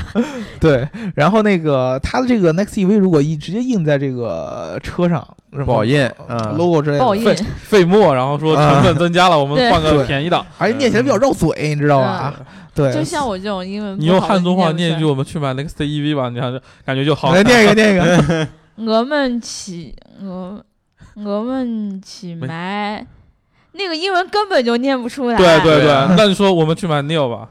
Speaker 3: 对。然后那个它的这个 Next EV 如果一直接印在这个车上，是吧
Speaker 4: 不好印啊
Speaker 3: logo 之类
Speaker 2: 报
Speaker 3: 的，
Speaker 2: 印
Speaker 5: 费费墨，然后说成本增加了，我们换个便宜档。
Speaker 3: 而且念起来比较绕嘴，你知道吧？对，
Speaker 2: 嗯就像我这种英文不好的，
Speaker 5: 你用汉中话
Speaker 2: 念
Speaker 5: 念一句，
Speaker 2: 不出
Speaker 5: 我们去买 Next EV 吧，你看这感觉就好。
Speaker 3: 来念一个，念一个，
Speaker 2: 来。我们起我我们起
Speaker 5: 没
Speaker 2: 来，那个英文根本就念不出来。
Speaker 5: 对对
Speaker 4: 对啊
Speaker 5: 对， (laughs) 那你说我们去买 Neo
Speaker 3: (laughs)
Speaker 5: 吧，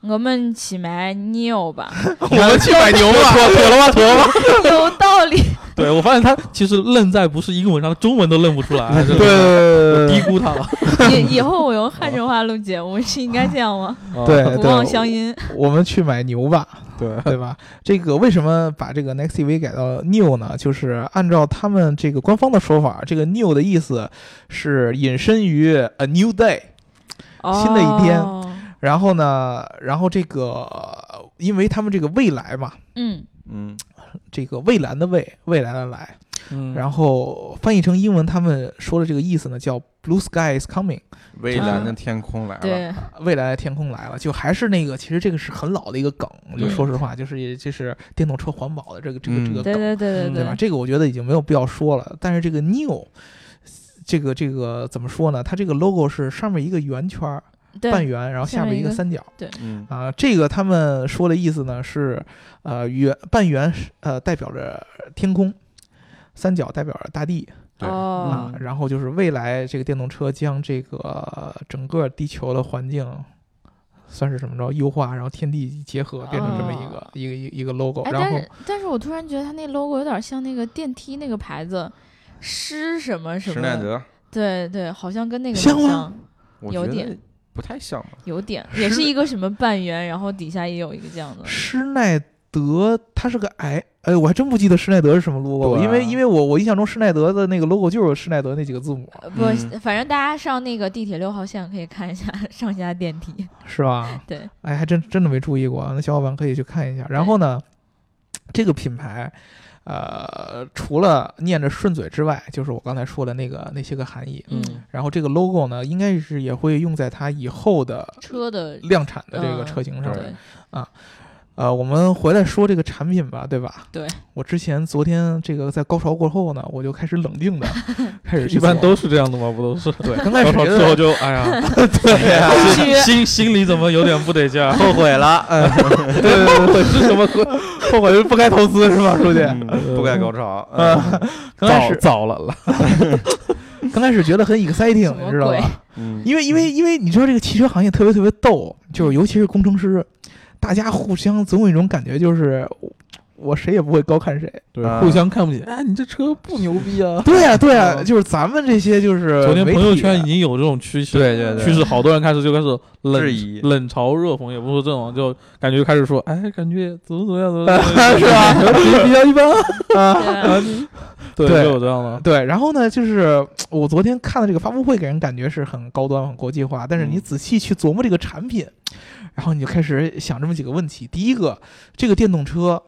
Speaker 2: 我们起来 new 吧，
Speaker 3: 我们去买牛啊吧。
Speaker 5: (laughs) 妥妥了吧，妥了吧。
Speaker 2: 有道理。 (laughs)
Speaker 5: 对我发现他其实愣在不是英文上，他中文都愣不
Speaker 3: (laughs)
Speaker 5: 出来，
Speaker 3: 对
Speaker 5: 真
Speaker 3: 对
Speaker 5: 的
Speaker 3: 对
Speaker 5: 我
Speaker 3: 对
Speaker 5: 低估他了。
Speaker 2: 以以后我用汉中话录节目是应该这样吗？
Speaker 5: (laughs) 哦
Speaker 3: 对
Speaker 2: 不
Speaker 3: 对
Speaker 2: 忘乡音。
Speaker 3: 我们去买牛吧，
Speaker 4: 对
Speaker 3: 对吧？这个为什么把这个 Next EV 改到 New 呢？就是按照他们这个官方的说法，这个 New 的意思是引申于 A New Day。新的一天
Speaker 2: 哦
Speaker 3: 然后呢，然后这个因为他们这个未来嘛，
Speaker 2: 嗯，
Speaker 4: 嗯，
Speaker 3: 这个蔚蓝的蔚，未来的来，
Speaker 5: 嗯
Speaker 3: 然后翻译成英文，他们说的这个意思呢叫 “Blue sky is coming”，
Speaker 4: 蔚蓝的天空来了，
Speaker 2: 对，
Speaker 3: 未来的天空来了，就还是那个，其实这个是很老的一个梗，就
Speaker 2: 嗯
Speaker 3: 说实话，就是也就是电动车环保的这个这个
Speaker 4: 嗯
Speaker 3: 这个
Speaker 2: 对
Speaker 3: 梗，
Speaker 2: 对对
Speaker 5: 嗯
Speaker 2: 对
Speaker 3: 对吧？这个我觉得已经没有必要说了。但是这个 new，这个这个怎么说呢？它这个 logo 是上面一个圆圈儿
Speaker 2: 对
Speaker 3: 半圆，然后
Speaker 2: 下
Speaker 3: 下面
Speaker 2: 面
Speaker 3: 一
Speaker 2: 一
Speaker 3: 个
Speaker 2: 个
Speaker 3: 三角。
Speaker 4: 嗯
Speaker 3: 啊、这个他们说的意思呢是，呃，圆半圆是呃代表着天空，三角代表着大地
Speaker 4: 对
Speaker 2: 哦
Speaker 3: 啊、，然后就是未来这个电动车将这个呃整个地球的环境算是怎么着优化，然后天地结合，变成这么一个、
Speaker 2: 哦
Speaker 3: 一个一个一个
Speaker 4: 嗯
Speaker 3: logo。
Speaker 2: 哎，
Speaker 3: 然
Speaker 2: 但
Speaker 3: 后
Speaker 2: 是但是我突然觉得它那 logo 有点像那个电梯那个牌子，施什么什么，
Speaker 4: 施耐，德，
Speaker 2: 对对，好像跟那个
Speaker 3: 像
Speaker 2: 很
Speaker 3: 吗
Speaker 2: 像，
Speaker 4: 我
Speaker 2: 有
Speaker 4: 觉得
Speaker 2: 点
Speaker 4: 不太像吧。
Speaker 2: 有点，也
Speaker 3: 施
Speaker 2: 是一个什么半圆，然后底下也有一个这样的，
Speaker 3: 施耐德他是个癌，哎，我还真不记得施耐德是什么 logo，、
Speaker 4: 对啊
Speaker 3: 因为因为我我印象中施耐德的那个 logo 就是施耐德那几个字母，
Speaker 2: 呃不，
Speaker 4: 嗯
Speaker 2: 反正大家上那个地铁六号线可以看一下上下电梯，
Speaker 3: 是吧？
Speaker 2: 对，
Speaker 3: 哎，还真真的没注意过，那小伙伴可以去看一下。然后呢，这个品牌，呃，除了念着顺嘴之外，就是我刚才说的那个那些个含义。
Speaker 2: 嗯，
Speaker 3: 然后这个 logo 呢，应该是也会用在它以后的
Speaker 2: 车
Speaker 4: (laughs)
Speaker 2: 的，
Speaker 3: 量产的这个
Speaker 2: 嗯
Speaker 3: 车型上面。
Speaker 2: 对，
Speaker 3: 呃，我们回来说这个产品吧，对吧？
Speaker 2: 对。
Speaker 3: 我之前昨天这个在高潮过后呢，我就开始冷
Speaker 2: (laughs)
Speaker 3: 静的开始去
Speaker 5: 一般
Speaker 3: 琢
Speaker 5: 都
Speaker 3: 磨
Speaker 5: 是这样的吗？不都是？ (laughs)
Speaker 3: 对，刚开始
Speaker 5: 高潮
Speaker 3: 觉
Speaker 5: 之
Speaker 3: 得
Speaker 5: 后就哎呀，
Speaker 3: 对呀、
Speaker 5: 心心心里怎么有点不得劲
Speaker 3: (laughs)
Speaker 5: 儿？
Speaker 4: 后悔 (laughs) 了，
Speaker 3: 对对对对，是什么后后悔不该投资是
Speaker 5: (laughs)
Speaker 3: 吧，书记？
Speaker 4: 嗯不该高潮。嗯
Speaker 3: 呃，刚开始
Speaker 5: 早了了，
Speaker 3: (laughs) 刚开始觉得很 exciting，
Speaker 2: 什么
Speaker 3: 你知道
Speaker 2: 鬼
Speaker 3: 吧？
Speaker 4: 嗯，
Speaker 3: 因为因为因为你知道这个汽车行业特别特别逗，就是尤其是工程师，大家互相总有一种感觉，就是我我谁也不会高看谁。
Speaker 5: 对
Speaker 4: 啊
Speaker 5: 互相看不起。哎，你这车不牛逼啊！
Speaker 3: 对呀、对呀、
Speaker 5: 嗯
Speaker 3: 就是咱们这些就是
Speaker 5: 昨天
Speaker 3: 媒体啊
Speaker 5: 朋友圈已经有这种趋势，
Speaker 4: 对对对
Speaker 5: 趋势好多人开始就开始冷
Speaker 4: 质疑
Speaker 5: 冷嘲热讽，也不是说这种，就感觉就开始说，哎，感觉怎么怎么样，怎么
Speaker 3: 是
Speaker 5: (laughs)
Speaker 3: 吧？比较一般啊。
Speaker 2: 对
Speaker 5: 对，
Speaker 3: (laughs) 对
Speaker 5: 就有这样的，
Speaker 3: 对，然后呢，就是我昨天看的这个发布会，给人感觉是很高端、很国际化，但是你
Speaker 4: 嗯
Speaker 3: 仔细去琢磨这个产品，然后你就开始想这么几个问题。第一个，这个电动车，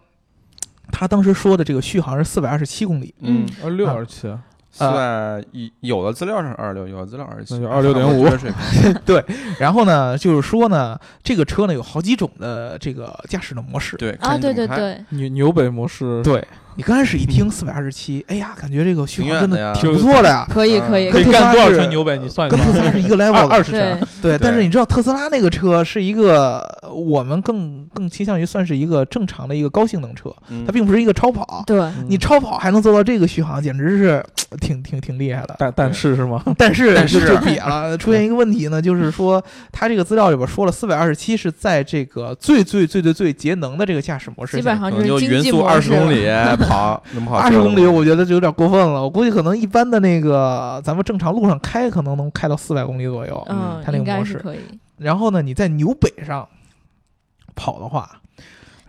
Speaker 3: 它当时说的这个续航是四百二十七公里，
Speaker 2: 嗯
Speaker 4: 嗯，
Speaker 5: 二六
Speaker 3: 二
Speaker 5: 七，
Speaker 4: 算一有的资料是二六，有的资料二七，
Speaker 5: 那就26.5
Speaker 4: 差不多这水平。
Speaker 3: 然后呢，就是说呢，这个车呢有好几种的这个驾驶的模式。
Speaker 4: 对
Speaker 2: 啊，
Speaker 4: 看你怎
Speaker 2: 对
Speaker 4: 么
Speaker 2: 对
Speaker 4: 看
Speaker 2: 对，
Speaker 5: 纽纽北模式，
Speaker 3: 对你刚开始一听四百二十七，哎呀，感觉这个续
Speaker 4: 嗯挺
Speaker 3: 航
Speaker 4: 远
Speaker 3: 真
Speaker 4: 的
Speaker 3: 的
Speaker 4: 呀
Speaker 3: 挺不错的呀，
Speaker 2: 可以可以，
Speaker 5: 可以
Speaker 3: 跟
Speaker 5: 干多少
Speaker 3: 特斯拉
Speaker 5: 圈
Speaker 3: 是
Speaker 5: 纽北？你算一
Speaker 3: 跟特斯拉
Speaker 5: 算，
Speaker 3: 是一个 level
Speaker 5: 二
Speaker 3: 的
Speaker 5: 二十
Speaker 2: 对
Speaker 5: 圈，，
Speaker 3: 对，但是
Speaker 4: 对
Speaker 3: 你知道特斯拉那个车是一个，呃我们更更倾向于算是一个正常的一个高性能车，
Speaker 4: 嗯
Speaker 3: 它并不是一个超跑。
Speaker 2: 对，
Speaker 3: 你超跑还能做到这个续航，简直是挺挺挺厉害的。
Speaker 5: 但但是是吗？
Speaker 3: (laughs)
Speaker 2: 嗯
Speaker 3: 但是
Speaker 4: 但
Speaker 3: 就是就瘪了，出现一个问题呢，就是说它这个资料里边说了，四百二十七是在这个最最最最最节能的这个驾驶模式
Speaker 2: 基
Speaker 3: 下
Speaker 2: 本。上
Speaker 4: 可能
Speaker 2: 就
Speaker 4: 嗯就是匀
Speaker 2: 经济
Speaker 4: 速
Speaker 2: 模
Speaker 4: 二十
Speaker 2: 式
Speaker 4: 公
Speaker 2: 了。(laughs)
Speaker 4: 里跑，能跑
Speaker 3: 二十
Speaker 4: 车
Speaker 3: 公里，我觉得就有点过分了。我估计可能一般的那个咱们正常路上开，可能能开到四百公里左右。
Speaker 2: 嗯
Speaker 3: 它那，个
Speaker 2: 应该
Speaker 3: 模
Speaker 2: 是
Speaker 3: 式
Speaker 2: 可以。
Speaker 3: 然后呢，你在纽北上跑的话，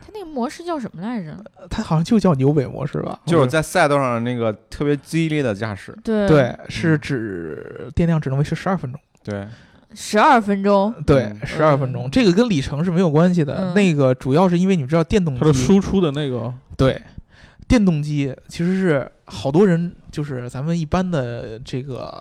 Speaker 2: 它那个模式叫什么来着？
Speaker 3: 它好像就叫纽北模式吧？
Speaker 4: 就是在赛道上那个特别激烈的驾驶，
Speaker 2: 对，
Speaker 3: 对，是指电量只能维持十二分钟，
Speaker 4: 对，
Speaker 2: 十二分钟。
Speaker 3: 对，
Speaker 4: 嗯
Speaker 3: 十二分钟，这个跟里程是没有关系的。
Speaker 2: 嗯
Speaker 3: 那个主要是因为你知道电动
Speaker 5: 它的
Speaker 3: 机，
Speaker 5: 输出的那个
Speaker 3: 对，电动机其实是好多人，就是咱们一般的这个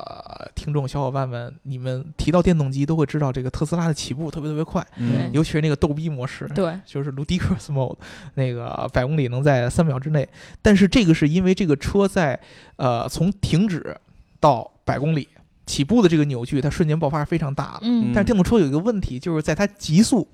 Speaker 3: 听众小伙伴们，你们提到电动机都会知道，这个特斯拉的起步特别特别快，
Speaker 4: 嗯
Speaker 2: 对
Speaker 3: 尤其是那个逗逼模式，
Speaker 2: 对，
Speaker 3: 就是 ludicrous mode，那个百公里能在三秒之内。但是这个是因为这个车在呃从停止到百公里起步的这个扭矩，它瞬间爆发是非常大的。
Speaker 2: 嗯
Speaker 3: 但是电动车有一个问题，就是在它极速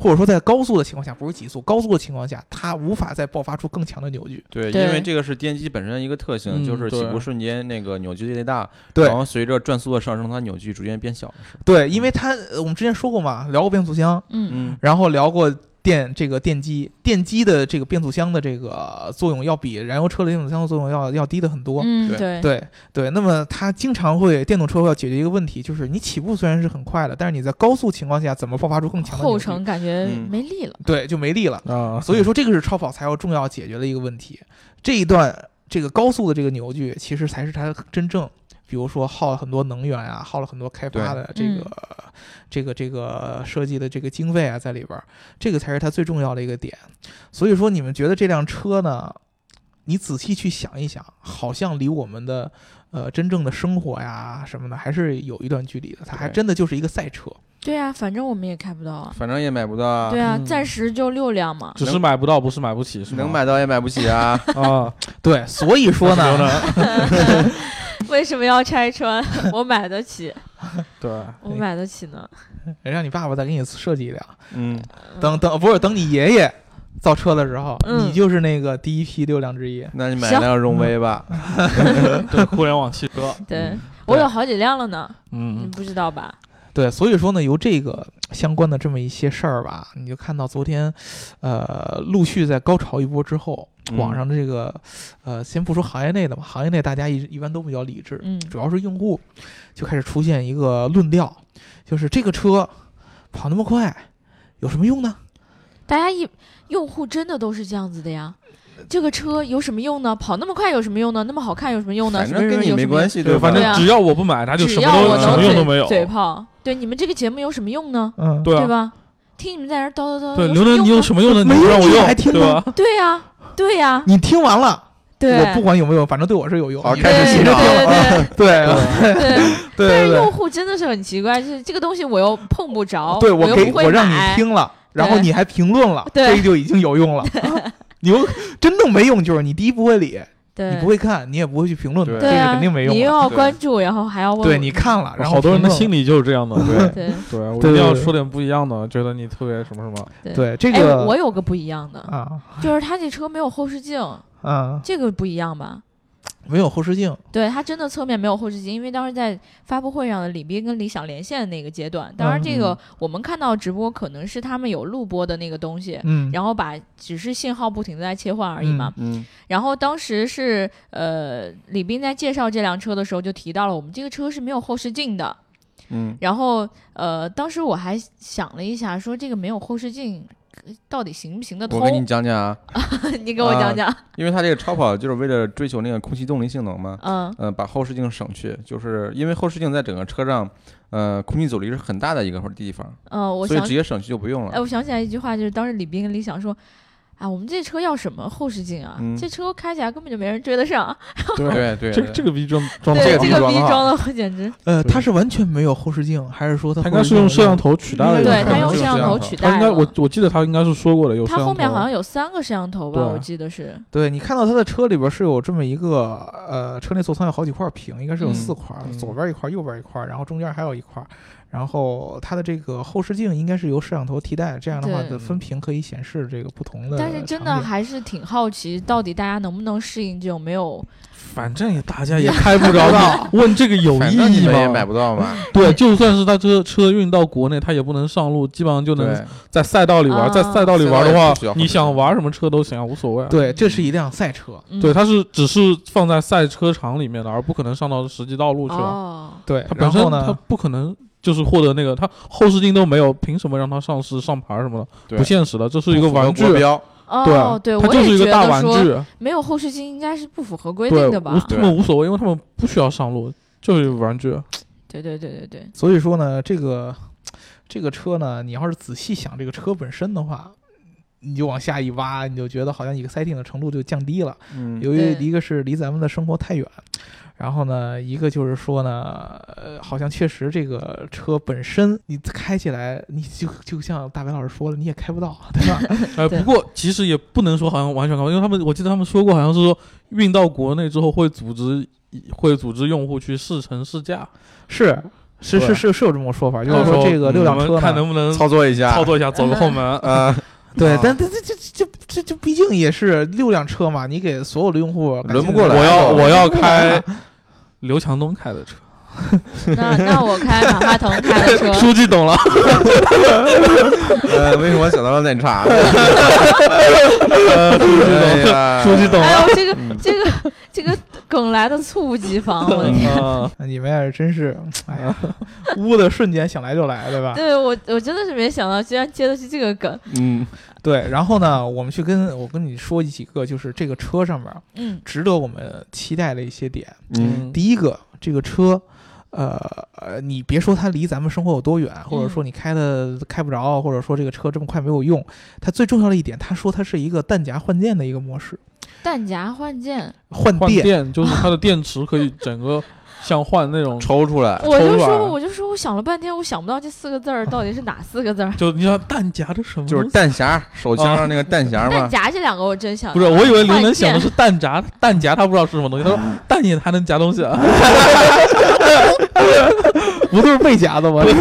Speaker 3: 或者说在高速的情况下，不是极速，高速的情况下，它无法再爆发出更强的扭矩。
Speaker 4: 对，
Speaker 2: 对
Speaker 4: 因为这个是电机本身的一个特性，
Speaker 3: 嗯
Speaker 4: 就是
Speaker 3: 对
Speaker 4: 起步瞬间那个扭矩最大，
Speaker 3: 对
Speaker 4: 然后随着转速的上升，它扭矩逐渐变小。是
Speaker 3: 对，因为它呃我们之前说过嘛，聊过变速箱，
Speaker 2: 嗯
Speaker 4: 嗯，
Speaker 3: 然后聊过电这个电机，电机的这个变速箱的这个作用要比燃油车的变速箱的作用要要低的很多。
Speaker 2: 嗯，
Speaker 4: 对
Speaker 2: 对
Speaker 3: 对对，那么它经常会电动车要解决一个问题，就是你起步虽然是很快的，但是你在高速情况下怎么爆发出更强的扭
Speaker 2: 后
Speaker 3: 矩
Speaker 2: 程感觉
Speaker 4: 嗯
Speaker 2: 没力了。
Speaker 3: 对就没力了。
Speaker 5: (laughs) 啊，
Speaker 3: 所以说这个是超跑才要重要解决的一个问题。这一段这个高速的这个扭矩，其实才是它真正，比如说耗了很多能源啊，耗了很多开发的这
Speaker 2: 对
Speaker 3: 个、这个这个设计的这个经费啊在里边儿，这个才是它最重要的一个点。所以说你们觉得这辆车呢？你仔细去想一想，好像离我们的呃真正的生活呀什么的还是有一段距离的。它还
Speaker 4: 对
Speaker 3: 真的就是一个赛车。
Speaker 2: 对啊，反正我们也开不到啊。
Speaker 4: 反正也买不到啊
Speaker 2: 对，啊，
Speaker 5: 嗯
Speaker 2: 暂时就六辆
Speaker 5: (laughs)
Speaker 2: 嘛。
Speaker 5: 只是买不到，不是买不起，是吗
Speaker 4: (laughs) 能买到也买不起
Speaker 5: (laughs)
Speaker 4: 啊。
Speaker 5: 啊？
Speaker 3: 对，所以说呢， (laughs)
Speaker 2: 为什么要拆穿？ (laughs) 我买得起，
Speaker 5: 对，
Speaker 2: 我买得起呢。
Speaker 3: 让你爸爸再给你设计一辆。
Speaker 4: 嗯，
Speaker 3: 等等，不是等你爷爷造车的时候，
Speaker 2: 嗯
Speaker 3: 你就是那个第一批六辆之一。
Speaker 4: 那你买
Speaker 2: 行嗯
Speaker 4: 辆荣威吧。
Speaker 5: (laughs) 对，互联网汽车，
Speaker 2: 对我有好几辆了呢，你
Speaker 5: 嗯，
Speaker 2: 不知道吧？
Speaker 3: 对，所以说呢，由这个相关的这么一些事儿吧，你就看到昨天，呃，陆续在高潮一波之后，
Speaker 4: 嗯
Speaker 3: 网上这个，呃，先不说行业内的吧，行业内大家一一般都比较理智，
Speaker 2: 嗯
Speaker 3: 主要是用户就开始出现一个论调，就是这个车跑那么快有什么用呢？
Speaker 2: 大家一用户真的都是这样子的呀。这个车有什么用呢？跑那么快有什么用呢？那么好看有什么用呢？
Speaker 4: 反正跟你没关
Speaker 2: 系，
Speaker 4: 系，
Speaker 5: 对，
Speaker 4: 吧
Speaker 5: 反
Speaker 2: 对
Speaker 5: 正
Speaker 2: 啊
Speaker 5: 只要我不买，它就什
Speaker 2: 只
Speaker 5: 么
Speaker 2: 要我
Speaker 5: 都
Speaker 4: 能
Speaker 5: 什么用都没有。
Speaker 2: 嘴炮，对你们这个节目有什么用呢？
Speaker 3: 嗯，
Speaker 5: 对啊，
Speaker 2: 吧？听你们在那儿叨叨叨，
Speaker 5: 对，
Speaker 2: 有
Speaker 5: 刘
Speaker 2: 什么
Speaker 5: 能，你
Speaker 2: 用
Speaker 5: 有
Speaker 2: 呢
Speaker 5: 什么用的？你
Speaker 3: 没
Speaker 5: 不让
Speaker 3: 用
Speaker 5: 我
Speaker 3: 你
Speaker 5: 用，
Speaker 3: 还听
Speaker 5: 对
Speaker 3: 吗
Speaker 5: 吧？
Speaker 2: 对呀，对呀，
Speaker 3: 你听完了，
Speaker 2: 对，
Speaker 3: 我不管有没有，反正对我是有用。
Speaker 4: 好
Speaker 3: 你
Speaker 4: 开始洗
Speaker 2: 对对
Speaker 4: 脑
Speaker 2: 对对
Speaker 3: 对
Speaker 2: 对
Speaker 3: (laughs)
Speaker 2: 对。
Speaker 3: 啊对对
Speaker 2: 但是
Speaker 3: 对
Speaker 2: 用。户真的是很奇怪，就是这个东西我又碰不着，
Speaker 3: 对
Speaker 2: 哦我又
Speaker 3: 给
Speaker 2: 不会
Speaker 3: 我让你
Speaker 2: 买，
Speaker 3: 听了，然后
Speaker 2: 对
Speaker 3: 你还评论了，
Speaker 2: 对
Speaker 3: 这个就已经有用了。 (laughs) 你有真正没用就是你第一不会理，
Speaker 2: 对，
Speaker 3: 你不会看，你也不会去评论它，
Speaker 4: 对
Speaker 3: 这
Speaker 2: 对
Speaker 3: 是
Speaker 2: 啊，
Speaker 3: 肯定没
Speaker 2: 你又
Speaker 3: 用的。
Speaker 2: 要
Speaker 4: 对
Speaker 2: 关注，然后还要问我，
Speaker 3: 对你看了，然后
Speaker 5: 好多人的
Speaker 3: 评论
Speaker 5: 心理就是这样的，对
Speaker 2: 对
Speaker 5: 对，我一
Speaker 3: 对
Speaker 5: 定
Speaker 3: 对
Speaker 5: 要
Speaker 3: 对
Speaker 5: 说点不一样的，觉得你特别什么
Speaker 2: (laughs)
Speaker 5: 什么，
Speaker 2: 对。
Speaker 3: 对这
Speaker 2: 哎，
Speaker 3: 个
Speaker 2: 我有个不一样的，
Speaker 3: 啊
Speaker 2: 就是它这车没有后视镜，
Speaker 3: 啊
Speaker 2: 这个不一样吧？
Speaker 3: 没有后视镜，
Speaker 2: 对，它真的侧面没有后视镜，因为当时在发布会上的李斌跟理想连线的那个阶段，当然
Speaker 4: 嗯
Speaker 2: 这个我们看到直播可能是他们有录播的那个东西，
Speaker 3: 嗯，
Speaker 2: 然后把只是信号不停的在切换而已嘛。
Speaker 4: 嗯，
Speaker 2: 然后当时是呃，李斌在介绍这辆车的时候就提到了，我们这个车是没有后视镜的。
Speaker 4: 嗯，
Speaker 2: 然后呃，当时我还想了一下，说这个没有后视镜呃到底行不行得通 (laughs)
Speaker 4: 我？给你啊讲讲啊，
Speaker 2: 你给我讲讲。
Speaker 4: 因为它这个超跑就是为了追求那个空气动力性能嘛，
Speaker 2: 嗯
Speaker 4: 嗯，把后视镜省去，就是因为后视镜在整个车上，呃，空气阻力是很大的一个地方，
Speaker 2: 嗯，我
Speaker 4: 所以
Speaker 2: 想
Speaker 4: 直，接省去就不用
Speaker 2: 哎，
Speaker 4: 了。
Speaker 2: 我想起来一句话，就是当时李斌跟李想说。啊，我们这车要什么后视镜啊？
Speaker 4: 嗯
Speaker 2: 这车开起来根本就没人追得上。
Speaker 5: 对，
Speaker 4: 对对，
Speaker 5: 这哦个这个逼装装啊
Speaker 2: 对，
Speaker 5: 的
Speaker 4: 这
Speaker 2: 这
Speaker 4: 个
Speaker 5: 好
Speaker 2: 个逼
Speaker 4: 逼装得好
Speaker 2: 装的我简直。
Speaker 3: 呃，
Speaker 5: 对
Speaker 3: 它是完全没有后视镜，还是说它
Speaker 5: 它应该是用摄像？头取代的，
Speaker 3: 对
Speaker 2: 对，
Speaker 3: 它
Speaker 2: 他用
Speaker 3: 有
Speaker 2: 摄
Speaker 3: 摄
Speaker 2: 像
Speaker 3: 像
Speaker 2: 头
Speaker 3: 头
Speaker 2: 取
Speaker 5: 他
Speaker 2: 代
Speaker 5: 应该我
Speaker 2: 了。
Speaker 5: 我记得他应该是说过的，有摄
Speaker 2: 他
Speaker 5: 像
Speaker 2: 后面
Speaker 5: 头
Speaker 2: 好像有三个摄像头吧，
Speaker 5: 对啊
Speaker 2: 我记得是。
Speaker 3: 对，你看到它的车里边是有这么一个呃，车内座舱有好几块屏，应该是有
Speaker 2: 嗯
Speaker 3: 四块，
Speaker 5: 嗯
Speaker 3: 左边一块，右边一块，然后中间还有一块，然后它的这个后视镜应该是由摄像头替代，这样的话
Speaker 2: 对
Speaker 3: 的分屏可以显示这个不同的场
Speaker 2: 但
Speaker 3: 景。
Speaker 2: 是真的还是挺好奇，到底大家能不能适应这种没有
Speaker 5: 反正也大家也开不着道，问这个有
Speaker 4: (laughs) 反
Speaker 5: 意
Speaker 4: 正你
Speaker 5: 义
Speaker 4: 们也
Speaker 5: 吗
Speaker 4: 买？不到嘛，
Speaker 5: 对，就算是他车车运到国内，他也不能上路，基本上就能
Speaker 4: 对，
Speaker 5: 在赛道里玩，
Speaker 2: 啊
Speaker 5: 在赛道里玩的
Speaker 4: 赛道也
Speaker 5: 话
Speaker 4: 不需要，
Speaker 5: 你想玩什么车都行，无所谓。啊
Speaker 3: 对，这是一辆赛车。
Speaker 2: 嗯
Speaker 5: 对，它是只是放在赛车场里面的，而不可啊能上到实际道路去了。
Speaker 2: 哦，
Speaker 3: 对
Speaker 5: 它，本
Speaker 3: 然
Speaker 5: 身
Speaker 3: 后
Speaker 5: 它
Speaker 3: 呢？
Speaker 5: 不可能就是获得那个，它后视镜都没有，凭什么让它上市上牌什么的？
Speaker 4: 对
Speaker 5: 不现实的，这是一个玩具
Speaker 4: 符
Speaker 5: 啊
Speaker 4: 合。国标，
Speaker 2: 哦，对，
Speaker 5: 它
Speaker 2: 我
Speaker 5: 就
Speaker 2: 也
Speaker 5: 是一
Speaker 2: 觉
Speaker 5: 个大
Speaker 2: 得
Speaker 5: 玩
Speaker 2: 说
Speaker 5: 具。
Speaker 2: 没有后视镜应该是不符合规
Speaker 5: 对，
Speaker 2: 定的
Speaker 5: 无
Speaker 2: 吧？
Speaker 5: 他们无所谓，因为他们不需要上路，就是一个玩具。啊
Speaker 2: 对对对对对，
Speaker 3: 所以说呢，这个这个车呢，你要是仔细想这个车本身的话，你就往下一挖，你就觉得好像 exciting 的程度就降低了。
Speaker 4: 嗯
Speaker 3: 由于
Speaker 2: 对
Speaker 3: 一个是离咱们的生活太远，然后呢，一个就是说呢，呃，好像确实这个车本身你开起来，你就就像大白老师说了，你也开不到，对吧？
Speaker 5: 呃，
Speaker 2: 对
Speaker 5: 不过其实也不能说好像完全搞不懂，因为他们我记得他们说过，好像是说运到国内之后会组织会组织用户去试乘试驾，
Speaker 3: (laughs) 是是是
Speaker 5: 对
Speaker 3: 是是有这么个说法，就
Speaker 5: 到
Speaker 3: 是
Speaker 5: 时
Speaker 3: 说
Speaker 5: 候
Speaker 3: 这个六辆
Speaker 5: 我们
Speaker 3: 车
Speaker 5: 看
Speaker 3: 呢，
Speaker 5: 能不能
Speaker 4: 操作一下，
Speaker 5: 操作一下，走个后门。
Speaker 4: 啊，
Speaker 3: 对
Speaker 5: 啊，
Speaker 3: 但但这这这这这这毕竟也是六辆车嘛，你给所有的用户
Speaker 4: 轮不过来
Speaker 5: 我
Speaker 3: 哎
Speaker 5: 要
Speaker 4: 对
Speaker 5: 我要开刘强东开的车，
Speaker 2: 那那我开马化腾开的
Speaker 5: (laughs)
Speaker 2: 车，
Speaker 5: 书记懂了，
Speaker 4: 呃，为什么想到了奶茶哎呢？
Speaker 5: 书
Speaker 4: 哎呀
Speaker 5: 记懂，书记懂
Speaker 2: 哎
Speaker 5: 了。
Speaker 2: 呦，这个
Speaker 4: 嗯
Speaker 2: 这个这个梗来的猝不及防，我的天！
Speaker 5: 啊，
Speaker 3: 你们也是真是，哎呀， (laughs) 污的瞬间想来就来，对吧？
Speaker 2: 对我我真的是没想到，居然接的是这个梗。
Speaker 4: 嗯，
Speaker 3: 对，然后呢，我们去跟我跟你说几个，就是这个车上面
Speaker 2: 嗯
Speaker 3: 值得我们期待的一些点。
Speaker 4: 嗯，
Speaker 3: 第一个，这个车，呃呃，你别说它离咱们生活有多远，或者说你开的开不着，或者说这个车这么快没有用，它最重要的一点，他说它是一个弹夹换电的一个模式，
Speaker 2: 弹夹换件，
Speaker 3: 换
Speaker 5: 换
Speaker 3: 电。
Speaker 5: 电就是它的电池可以整个像换那
Speaker 4: (laughs)
Speaker 5: 种，
Speaker 4: 抽出来，
Speaker 2: 我就
Speaker 5: 抽出
Speaker 2: 说
Speaker 5: 来。
Speaker 2: 我就说我想了半天，我想不到这四个字儿到底是哪四个字儿
Speaker 5: 就你想弹夹这什么东西？
Speaker 4: 就是弹匣，手枪上那个弹匣
Speaker 2: (laughs) 弹
Speaker 4: 嘛，
Speaker 2: 夹这两个我真想
Speaker 5: 不是，我以为刘能想的
Speaker 2: 换
Speaker 5: 是弹夹，弹夹他不知道是什么东西，他说弹也还能夹东西啊。
Speaker 3: 不都是被夹的吗？ (laughs)
Speaker 2: 件 (laughs)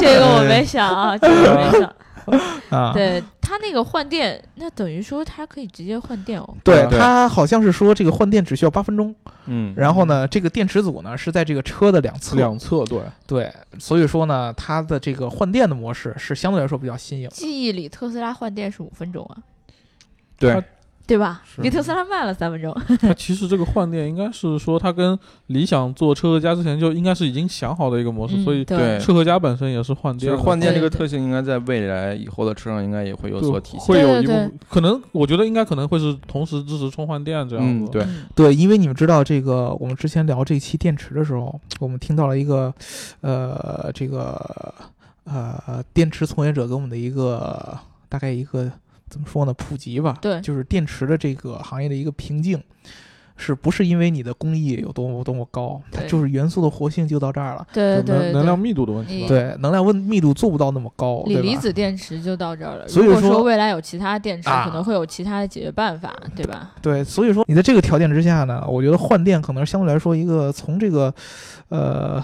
Speaker 2: 这个我没想啊，这个我没想。
Speaker 3: 啊，
Speaker 2: 对他那个换电，那等于说他可以直接换电哦。
Speaker 3: 对，
Speaker 4: 对
Speaker 3: 它好像是说这个换电只需要八分钟，
Speaker 4: 嗯，
Speaker 3: 然后呢，这个电池组呢是在这个车的两侧，
Speaker 5: 侧对，
Speaker 3: 对，所以说呢，它的这个换电的模式是相对来说比较新颖。
Speaker 2: 记忆里特斯拉换电是五分钟啊，
Speaker 4: 对，
Speaker 2: 对吧？
Speaker 5: 是哦
Speaker 2: 比特斯拉慢了三分钟。
Speaker 5: 它其实这个换电应该是说它跟理想做车和家之前就应该是已经想好的一个模式，
Speaker 2: 嗯
Speaker 5: 所以
Speaker 4: 对
Speaker 5: 车和家本身也是换
Speaker 4: 其实
Speaker 5: 电的。
Speaker 4: 换电这个
Speaker 2: 对对
Speaker 4: 特性，应该在未来以后的车上应该也会有
Speaker 5: 对
Speaker 4: 所体现。
Speaker 5: 会有
Speaker 2: 对
Speaker 5: 一部
Speaker 2: 对
Speaker 5: 可能，我觉得应该可能会是同时支持充换电这样
Speaker 4: 嗯，
Speaker 5: 子。
Speaker 4: 对，
Speaker 2: 嗯
Speaker 3: 对，因为你们知道这个，我们之前聊这期电池的时候，我们听到了一个，呃，这个呃，电池从业者给我们的一个大概一个怎么说呢，普及吧，
Speaker 2: 对
Speaker 3: 就是电池的这个行业的一个瓶颈。是不是因为你的工艺有多么多么高？它
Speaker 2: 对
Speaker 3: 就是元素的活性就到这儿了。
Speaker 2: 对对
Speaker 5: 能
Speaker 2: 对嗯
Speaker 5: 能量
Speaker 2: 对，
Speaker 5: 密度的问题吧。
Speaker 3: 对，能量温密度做不到那么高，
Speaker 2: 锂
Speaker 3: 对
Speaker 2: 离
Speaker 3: 吧？
Speaker 2: 子电池就到这儿了。
Speaker 3: 所以
Speaker 2: 如果
Speaker 3: 说
Speaker 2: 说未来有其他电池，
Speaker 3: 啊
Speaker 2: 可能会有其他的解决办法，对吧？
Speaker 3: 对，所以说你在这个条件之下呢，我觉得换电可能相对来说一个从这个，呃，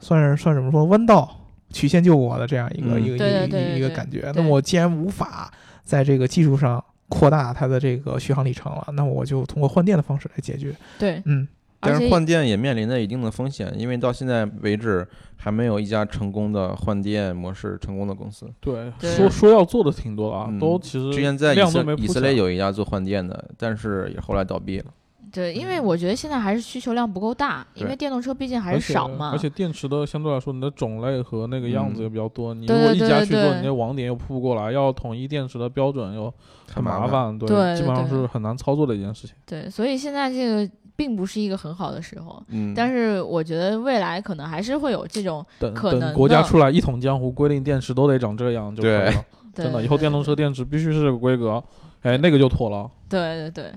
Speaker 3: 算是算是怎么说弯道曲线救国的这样一个、
Speaker 4: 嗯
Speaker 3: 一个
Speaker 2: 对对
Speaker 3: 一个
Speaker 2: 对
Speaker 3: 一个
Speaker 2: 对
Speaker 3: 感觉。那
Speaker 2: 对
Speaker 3: 么我既然无法在这个技术上扩大它的这个续航里程了，那我就通过换电的方式来解决。
Speaker 2: 对，
Speaker 3: 嗯，
Speaker 2: 而
Speaker 4: 但
Speaker 2: 且
Speaker 4: 是换电也面临着一定的风险，因为到现在为止还没有一家成功的换电模式成功的公司。
Speaker 5: 对，
Speaker 2: 对
Speaker 5: 说说要做的挺多啊，
Speaker 4: 嗯
Speaker 5: 都其实
Speaker 4: 之前在以
Speaker 5: 量都
Speaker 4: 色
Speaker 5: 没
Speaker 4: 以
Speaker 5: 铺
Speaker 4: 色列
Speaker 5: 起来
Speaker 4: 有一家做换电的，但是也后来倒闭了。
Speaker 2: 对，因
Speaker 5: 嗯
Speaker 2: 为我觉得现在还是需求量不够大，因
Speaker 4: 对
Speaker 2: 为电动车毕竟还
Speaker 5: 而
Speaker 2: 是
Speaker 5: 且
Speaker 2: 少嘛。
Speaker 5: 而且电池的相对来说，你的种类和那个样子
Speaker 4: 嗯
Speaker 5: 也比较多。你如
Speaker 2: 对
Speaker 5: 果
Speaker 2: 对
Speaker 5: 一
Speaker 2: 对
Speaker 5: 家
Speaker 2: 对
Speaker 5: 去做，
Speaker 2: 对
Speaker 5: 你的网点又铺不过来，要统一电池的标准又
Speaker 4: 很
Speaker 5: 很
Speaker 4: 麻
Speaker 5: 麻
Speaker 4: 烦
Speaker 5: 烦，对，
Speaker 2: 对
Speaker 5: 基
Speaker 2: 对
Speaker 5: 本上
Speaker 2: 对
Speaker 5: 是很难操作的一件事情。
Speaker 2: 对，所以现在这个并不是一个很好的时候。
Speaker 4: 嗯，
Speaker 2: 但是我觉得未来可能还是会有这种
Speaker 5: 等
Speaker 2: 可能
Speaker 5: 等国家
Speaker 2: 呢
Speaker 5: 出来一统江湖，规定电池都得长这样就可以
Speaker 4: 对
Speaker 5: 了。
Speaker 2: 对
Speaker 5: 真的，以后电动车电池必须是这个规格，哎，那个就妥了。
Speaker 2: 对对对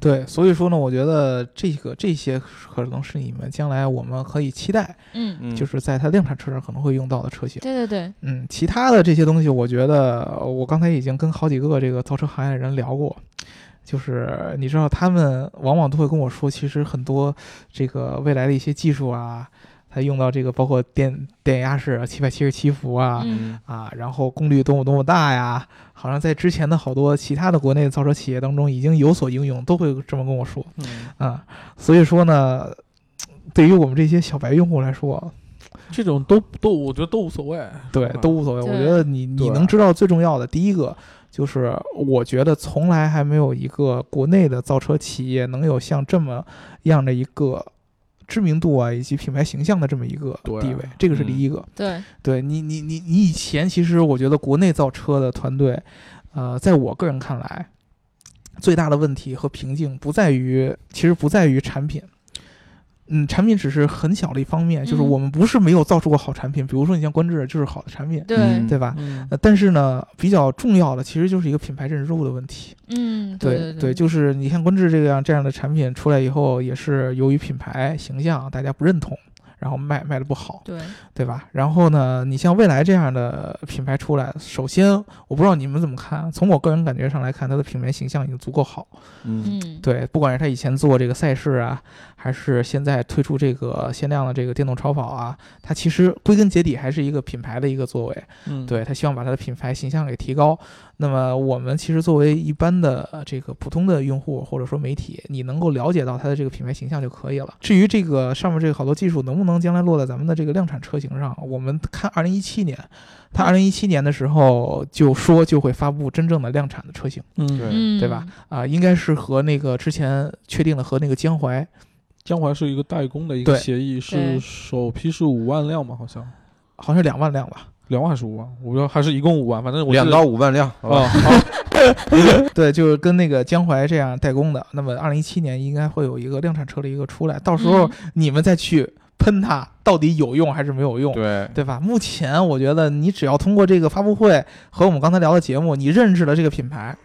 Speaker 3: 对，所以说呢，我觉得这个这些可能是你们将来我们可以期待，
Speaker 2: 嗯，
Speaker 4: 嗯
Speaker 3: 就是在它量产车上可能会用到的车型。
Speaker 2: 对对对，
Speaker 3: 嗯，其他的这些东西，我觉得呃我刚才已经跟好几个这个造车行业的人聊过，就是你知道，他们往往都会跟我说，其实很多这个未来的一些技术啊，它用到这个包括电电压式啊七百七十七伏啊。
Speaker 2: 嗯，
Speaker 3: 啊，然后功率多么多么大呀！好像在之前的好多其他的国内造车企业当中已经有所应用，都会这么跟我说。
Speaker 5: 嗯，
Speaker 3: 啊，所以说呢，对于我们这些小白用户来说，
Speaker 5: 这种都都，我觉得都无所谓。
Speaker 2: 啊
Speaker 3: 对，
Speaker 5: 吧
Speaker 3: 都无所谓。我
Speaker 2: 对
Speaker 3: 觉得你
Speaker 5: 嗯对
Speaker 3: 你能知道最重要的，第一个就是我觉得从来还没有一个国内的造车企业能有像这么样的一个知名度啊，以及品牌形象的这么一个
Speaker 5: 对
Speaker 3: 地位，这个是
Speaker 4: 嗯
Speaker 3: 第一个。
Speaker 2: 对
Speaker 3: 对你，你你你以前其实我觉得国内造车的团队，呃，在我个人看来，最大的问题和瓶颈不在于，其实不在于产品。嗯，产品只是很小的一方面，就是
Speaker 2: 嗯
Speaker 3: 我们不是没有造出过好产品，比如说你像观致就是好的产品，
Speaker 2: 对，
Speaker 4: 嗯
Speaker 3: 对吧？
Speaker 5: 嗯
Speaker 3: 呃，但是呢，比较重要的其实就是一个品牌认知度的问题。
Speaker 2: 嗯，对
Speaker 3: 对就是你看观致这样这样的产品出来以后，也是由于品牌形象大家不认同，然后卖卖的不好，
Speaker 2: 对，
Speaker 3: 对吧？然后呢，你像蔚来这样的品牌出来，首先我不知道你们怎么看，啊从我个人感觉上来看，它的品牌形象已经足够好。
Speaker 4: 嗯
Speaker 2: 嗯，
Speaker 3: 对，不管是它以前做这个赛事啊，还是现在推出这个限量的这个电动超跑啊，它其实归根结底还是一个品牌的一个作为。
Speaker 5: 嗯，
Speaker 3: 对他希望把他的品牌形象给提高。那么我们其实作为一般的呃这个普通的用户或者说媒体，你能够了解到他的这个品牌形象就可以了。至于这个上面这个好多技术能不能将来落在咱们的这个量产车型上，我们看二零一七年，他二零一七年的时候就说就会发布真正的量产的车型
Speaker 5: 嗯，
Speaker 4: 对
Speaker 2: 嗯，
Speaker 3: 对吧？啊、应该是和那个之前确定的和那个江淮
Speaker 5: 江淮是一个代工的一个
Speaker 3: 对
Speaker 5: 协议，是
Speaker 2: 对
Speaker 5: 首批是五万辆嘛，好像
Speaker 3: 好像是两万辆吧。
Speaker 5: 两万还是五万，我不知道，还是一共五万，反正我
Speaker 4: 两
Speaker 5: 记得
Speaker 4: 到五万辆，好吧
Speaker 5: 啊，好，
Speaker 3: 对，就是跟那个江淮这样代工的。那么，二零一七年应该会有一个量产车的一个出来，到时候
Speaker 2: 嗯
Speaker 3: 你们再去喷它到底有用还是没有用，
Speaker 4: 对，
Speaker 3: 对吧？目前我觉得你只要通过这个发布会和我们刚才聊的节目，你认识了这个品牌。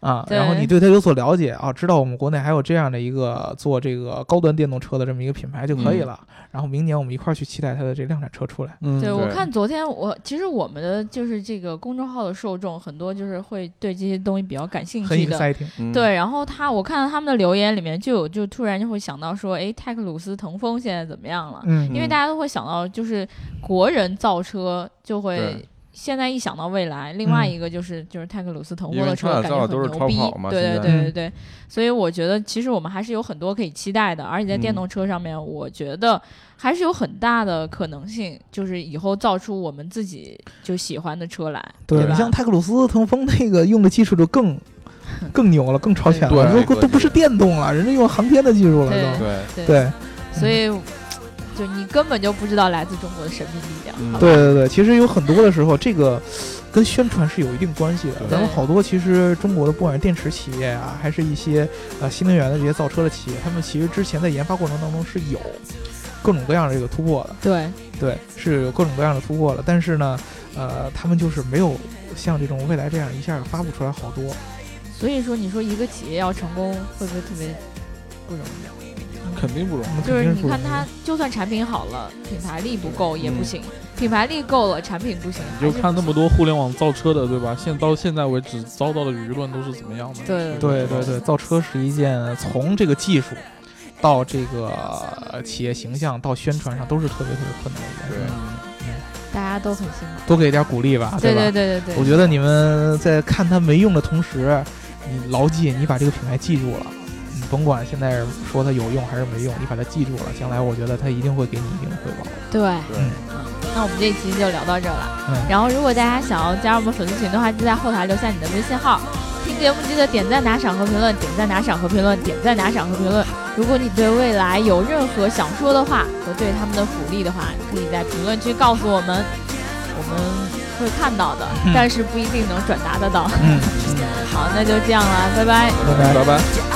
Speaker 3: 啊，
Speaker 2: 对
Speaker 3: 然后你对它有所了解啊，知道我们国内还有这样的一个做这个高端电动车的这么一个品牌就
Speaker 4: 嗯
Speaker 3: 可以了。然后明年我们一块儿去期待它的这量产车出来。
Speaker 5: 嗯，
Speaker 2: 对，我
Speaker 4: 对
Speaker 2: 看昨天我其实我们的就是这个公众号的受众很多，就是会对这些东西比较感兴
Speaker 3: 很
Speaker 2: 趣的。
Speaker 3: exciting，
Speaker 4: 嗯
Speaker 2: 对，然后他我看到他们的留言里面就有，就突然就会想到说，哎，泰克鲁斯、腾风现在怎么样了？
Speaker 3: 嗯，
Speaker 2: 因为
Speaker 4: 嗯
Speaker 2: 大家都会想到，就是国人造车就会
Speaker 4: 对。
Speaker 2: 现在一想到蔚来，另外
Speaker 3: 嗯
Speaker 2: 一个就是、就是泰克鲁斯腾
Speaker 4: 因
Speaker 2: 波
Speaker 4: 为
Speaker 2: 的车，
Speaker 4: 他俩
Speaker 2: 感
Speaker 4: 造
Speaker 2: 觉很
Speaker 4: 的都是
Speaker 2: 牛
Speaker 4: 超
Speaker 2: 逼
Speaker 4: 跑嘛
Speaker 2: 对对
Speaker 4: 现在
Speaker 2: 对对对，所以我觉得其实我们还是有很多可以期待的，而且在电
Speaker 4: 嗯
Speaker 2: 动车上面，我觉得还是有很大的可能性，就是以后造出我们自己就喜欢的车来，
Speaker 3: 对你
Speaker 2: 吧？
Speaker 3: 像泰克鲁斯、腾风那个用的技术就更更牛了，更超前了，
Speaker 4: 对
Speaker 3: 都
Speaker 4: 对
Speaker 3: 都不是电动了，人家用航天的技术了都。
Speaker 2: 对
Speaker 4: 对，
Speaker 3: 对
Speaker 2: 所以就你根本就不知道来自中国的神秘力量，
Speaker 4: 嗯
Speaker 2: 好吧
Speaker 3: 对对对，其实有很多的时候，这个跟宣传是有一定关系的。咱们好多其实中国的不管是电池企业啊，还是一些呃新能源的这些造车的企业，他们其实之前在研发过程当中是有各种各样的这个突破的，
Speaker 2: 对
Speaker 3: 对，是有各种各样的突破的。但是呢，呃，他们就是没有像这种未来这样一下发布出来好多。
Speaker 2: 所以说你说一个企业要成功，会不会特别不容易？
Speaker 5: 肯定不容易。
Speaker 3: 我们肯
Speaker 2: 就是
Speaker 3: 定
Speaker 2: 你
Speaker 3: 不
Speaker 2: 看
Speaker 3: 容易
Speaker 2: 它，就算产品好了，品牌力不够也不行；品牌力够了，产品不行。
Speaker 5: 你就
Speaker 2: 还是
Speaker 5: 看那么多互联网造车的，对吧？现到现在为止遭到的舆论都是怎么样的？
Speaker 2: 对
Speaker 3: 对对对，造车是一件从这个技术到这个呃企业形象到宣传上都是特别特别困难的一件事
Speaker 4: 对
Speaker 3: 儿。
Speaker 2: 大家都很辛苦。
Speaker 3: 多给一点鼓励吧，
Speaker 2: 对对
Speaker 3: 吧？
Speaker 2: 对对
Speaker 3: 我
Speaker 2: 对，
Speaker 3: 觉得你们在看它没用的同时，你牢记你把这个品牌记住了。你甭管现在说它有用还是没用，你把它记住了，将来我觉得它一定会给你一定的回报。
Speaker 2: 对。嗯
Speaker 4: 对
Speaker 2: 那我们这一期就聊到这儿了。
Speaker 3: 嗯
Speaker 2: 然后，如果大家想要加入我们粉丝群的话，就在后台留下你的微信号。听节目记得点赞、打赏和评论，点赞、打赏和评论，点赞、打赏和评论。如果你对未来有任何想说的话和对他们的鼓励的话，可以在评论区告诉我们，我们会看到的，但是不一定能转达得到。
Speaker 3: 嗯，
Speaker 2: (laughs) 好，那就这样了，拜拜。
Speaker 3: 拜拜。
Speaker 4: 拜拜。
Speaker 1: Yeah.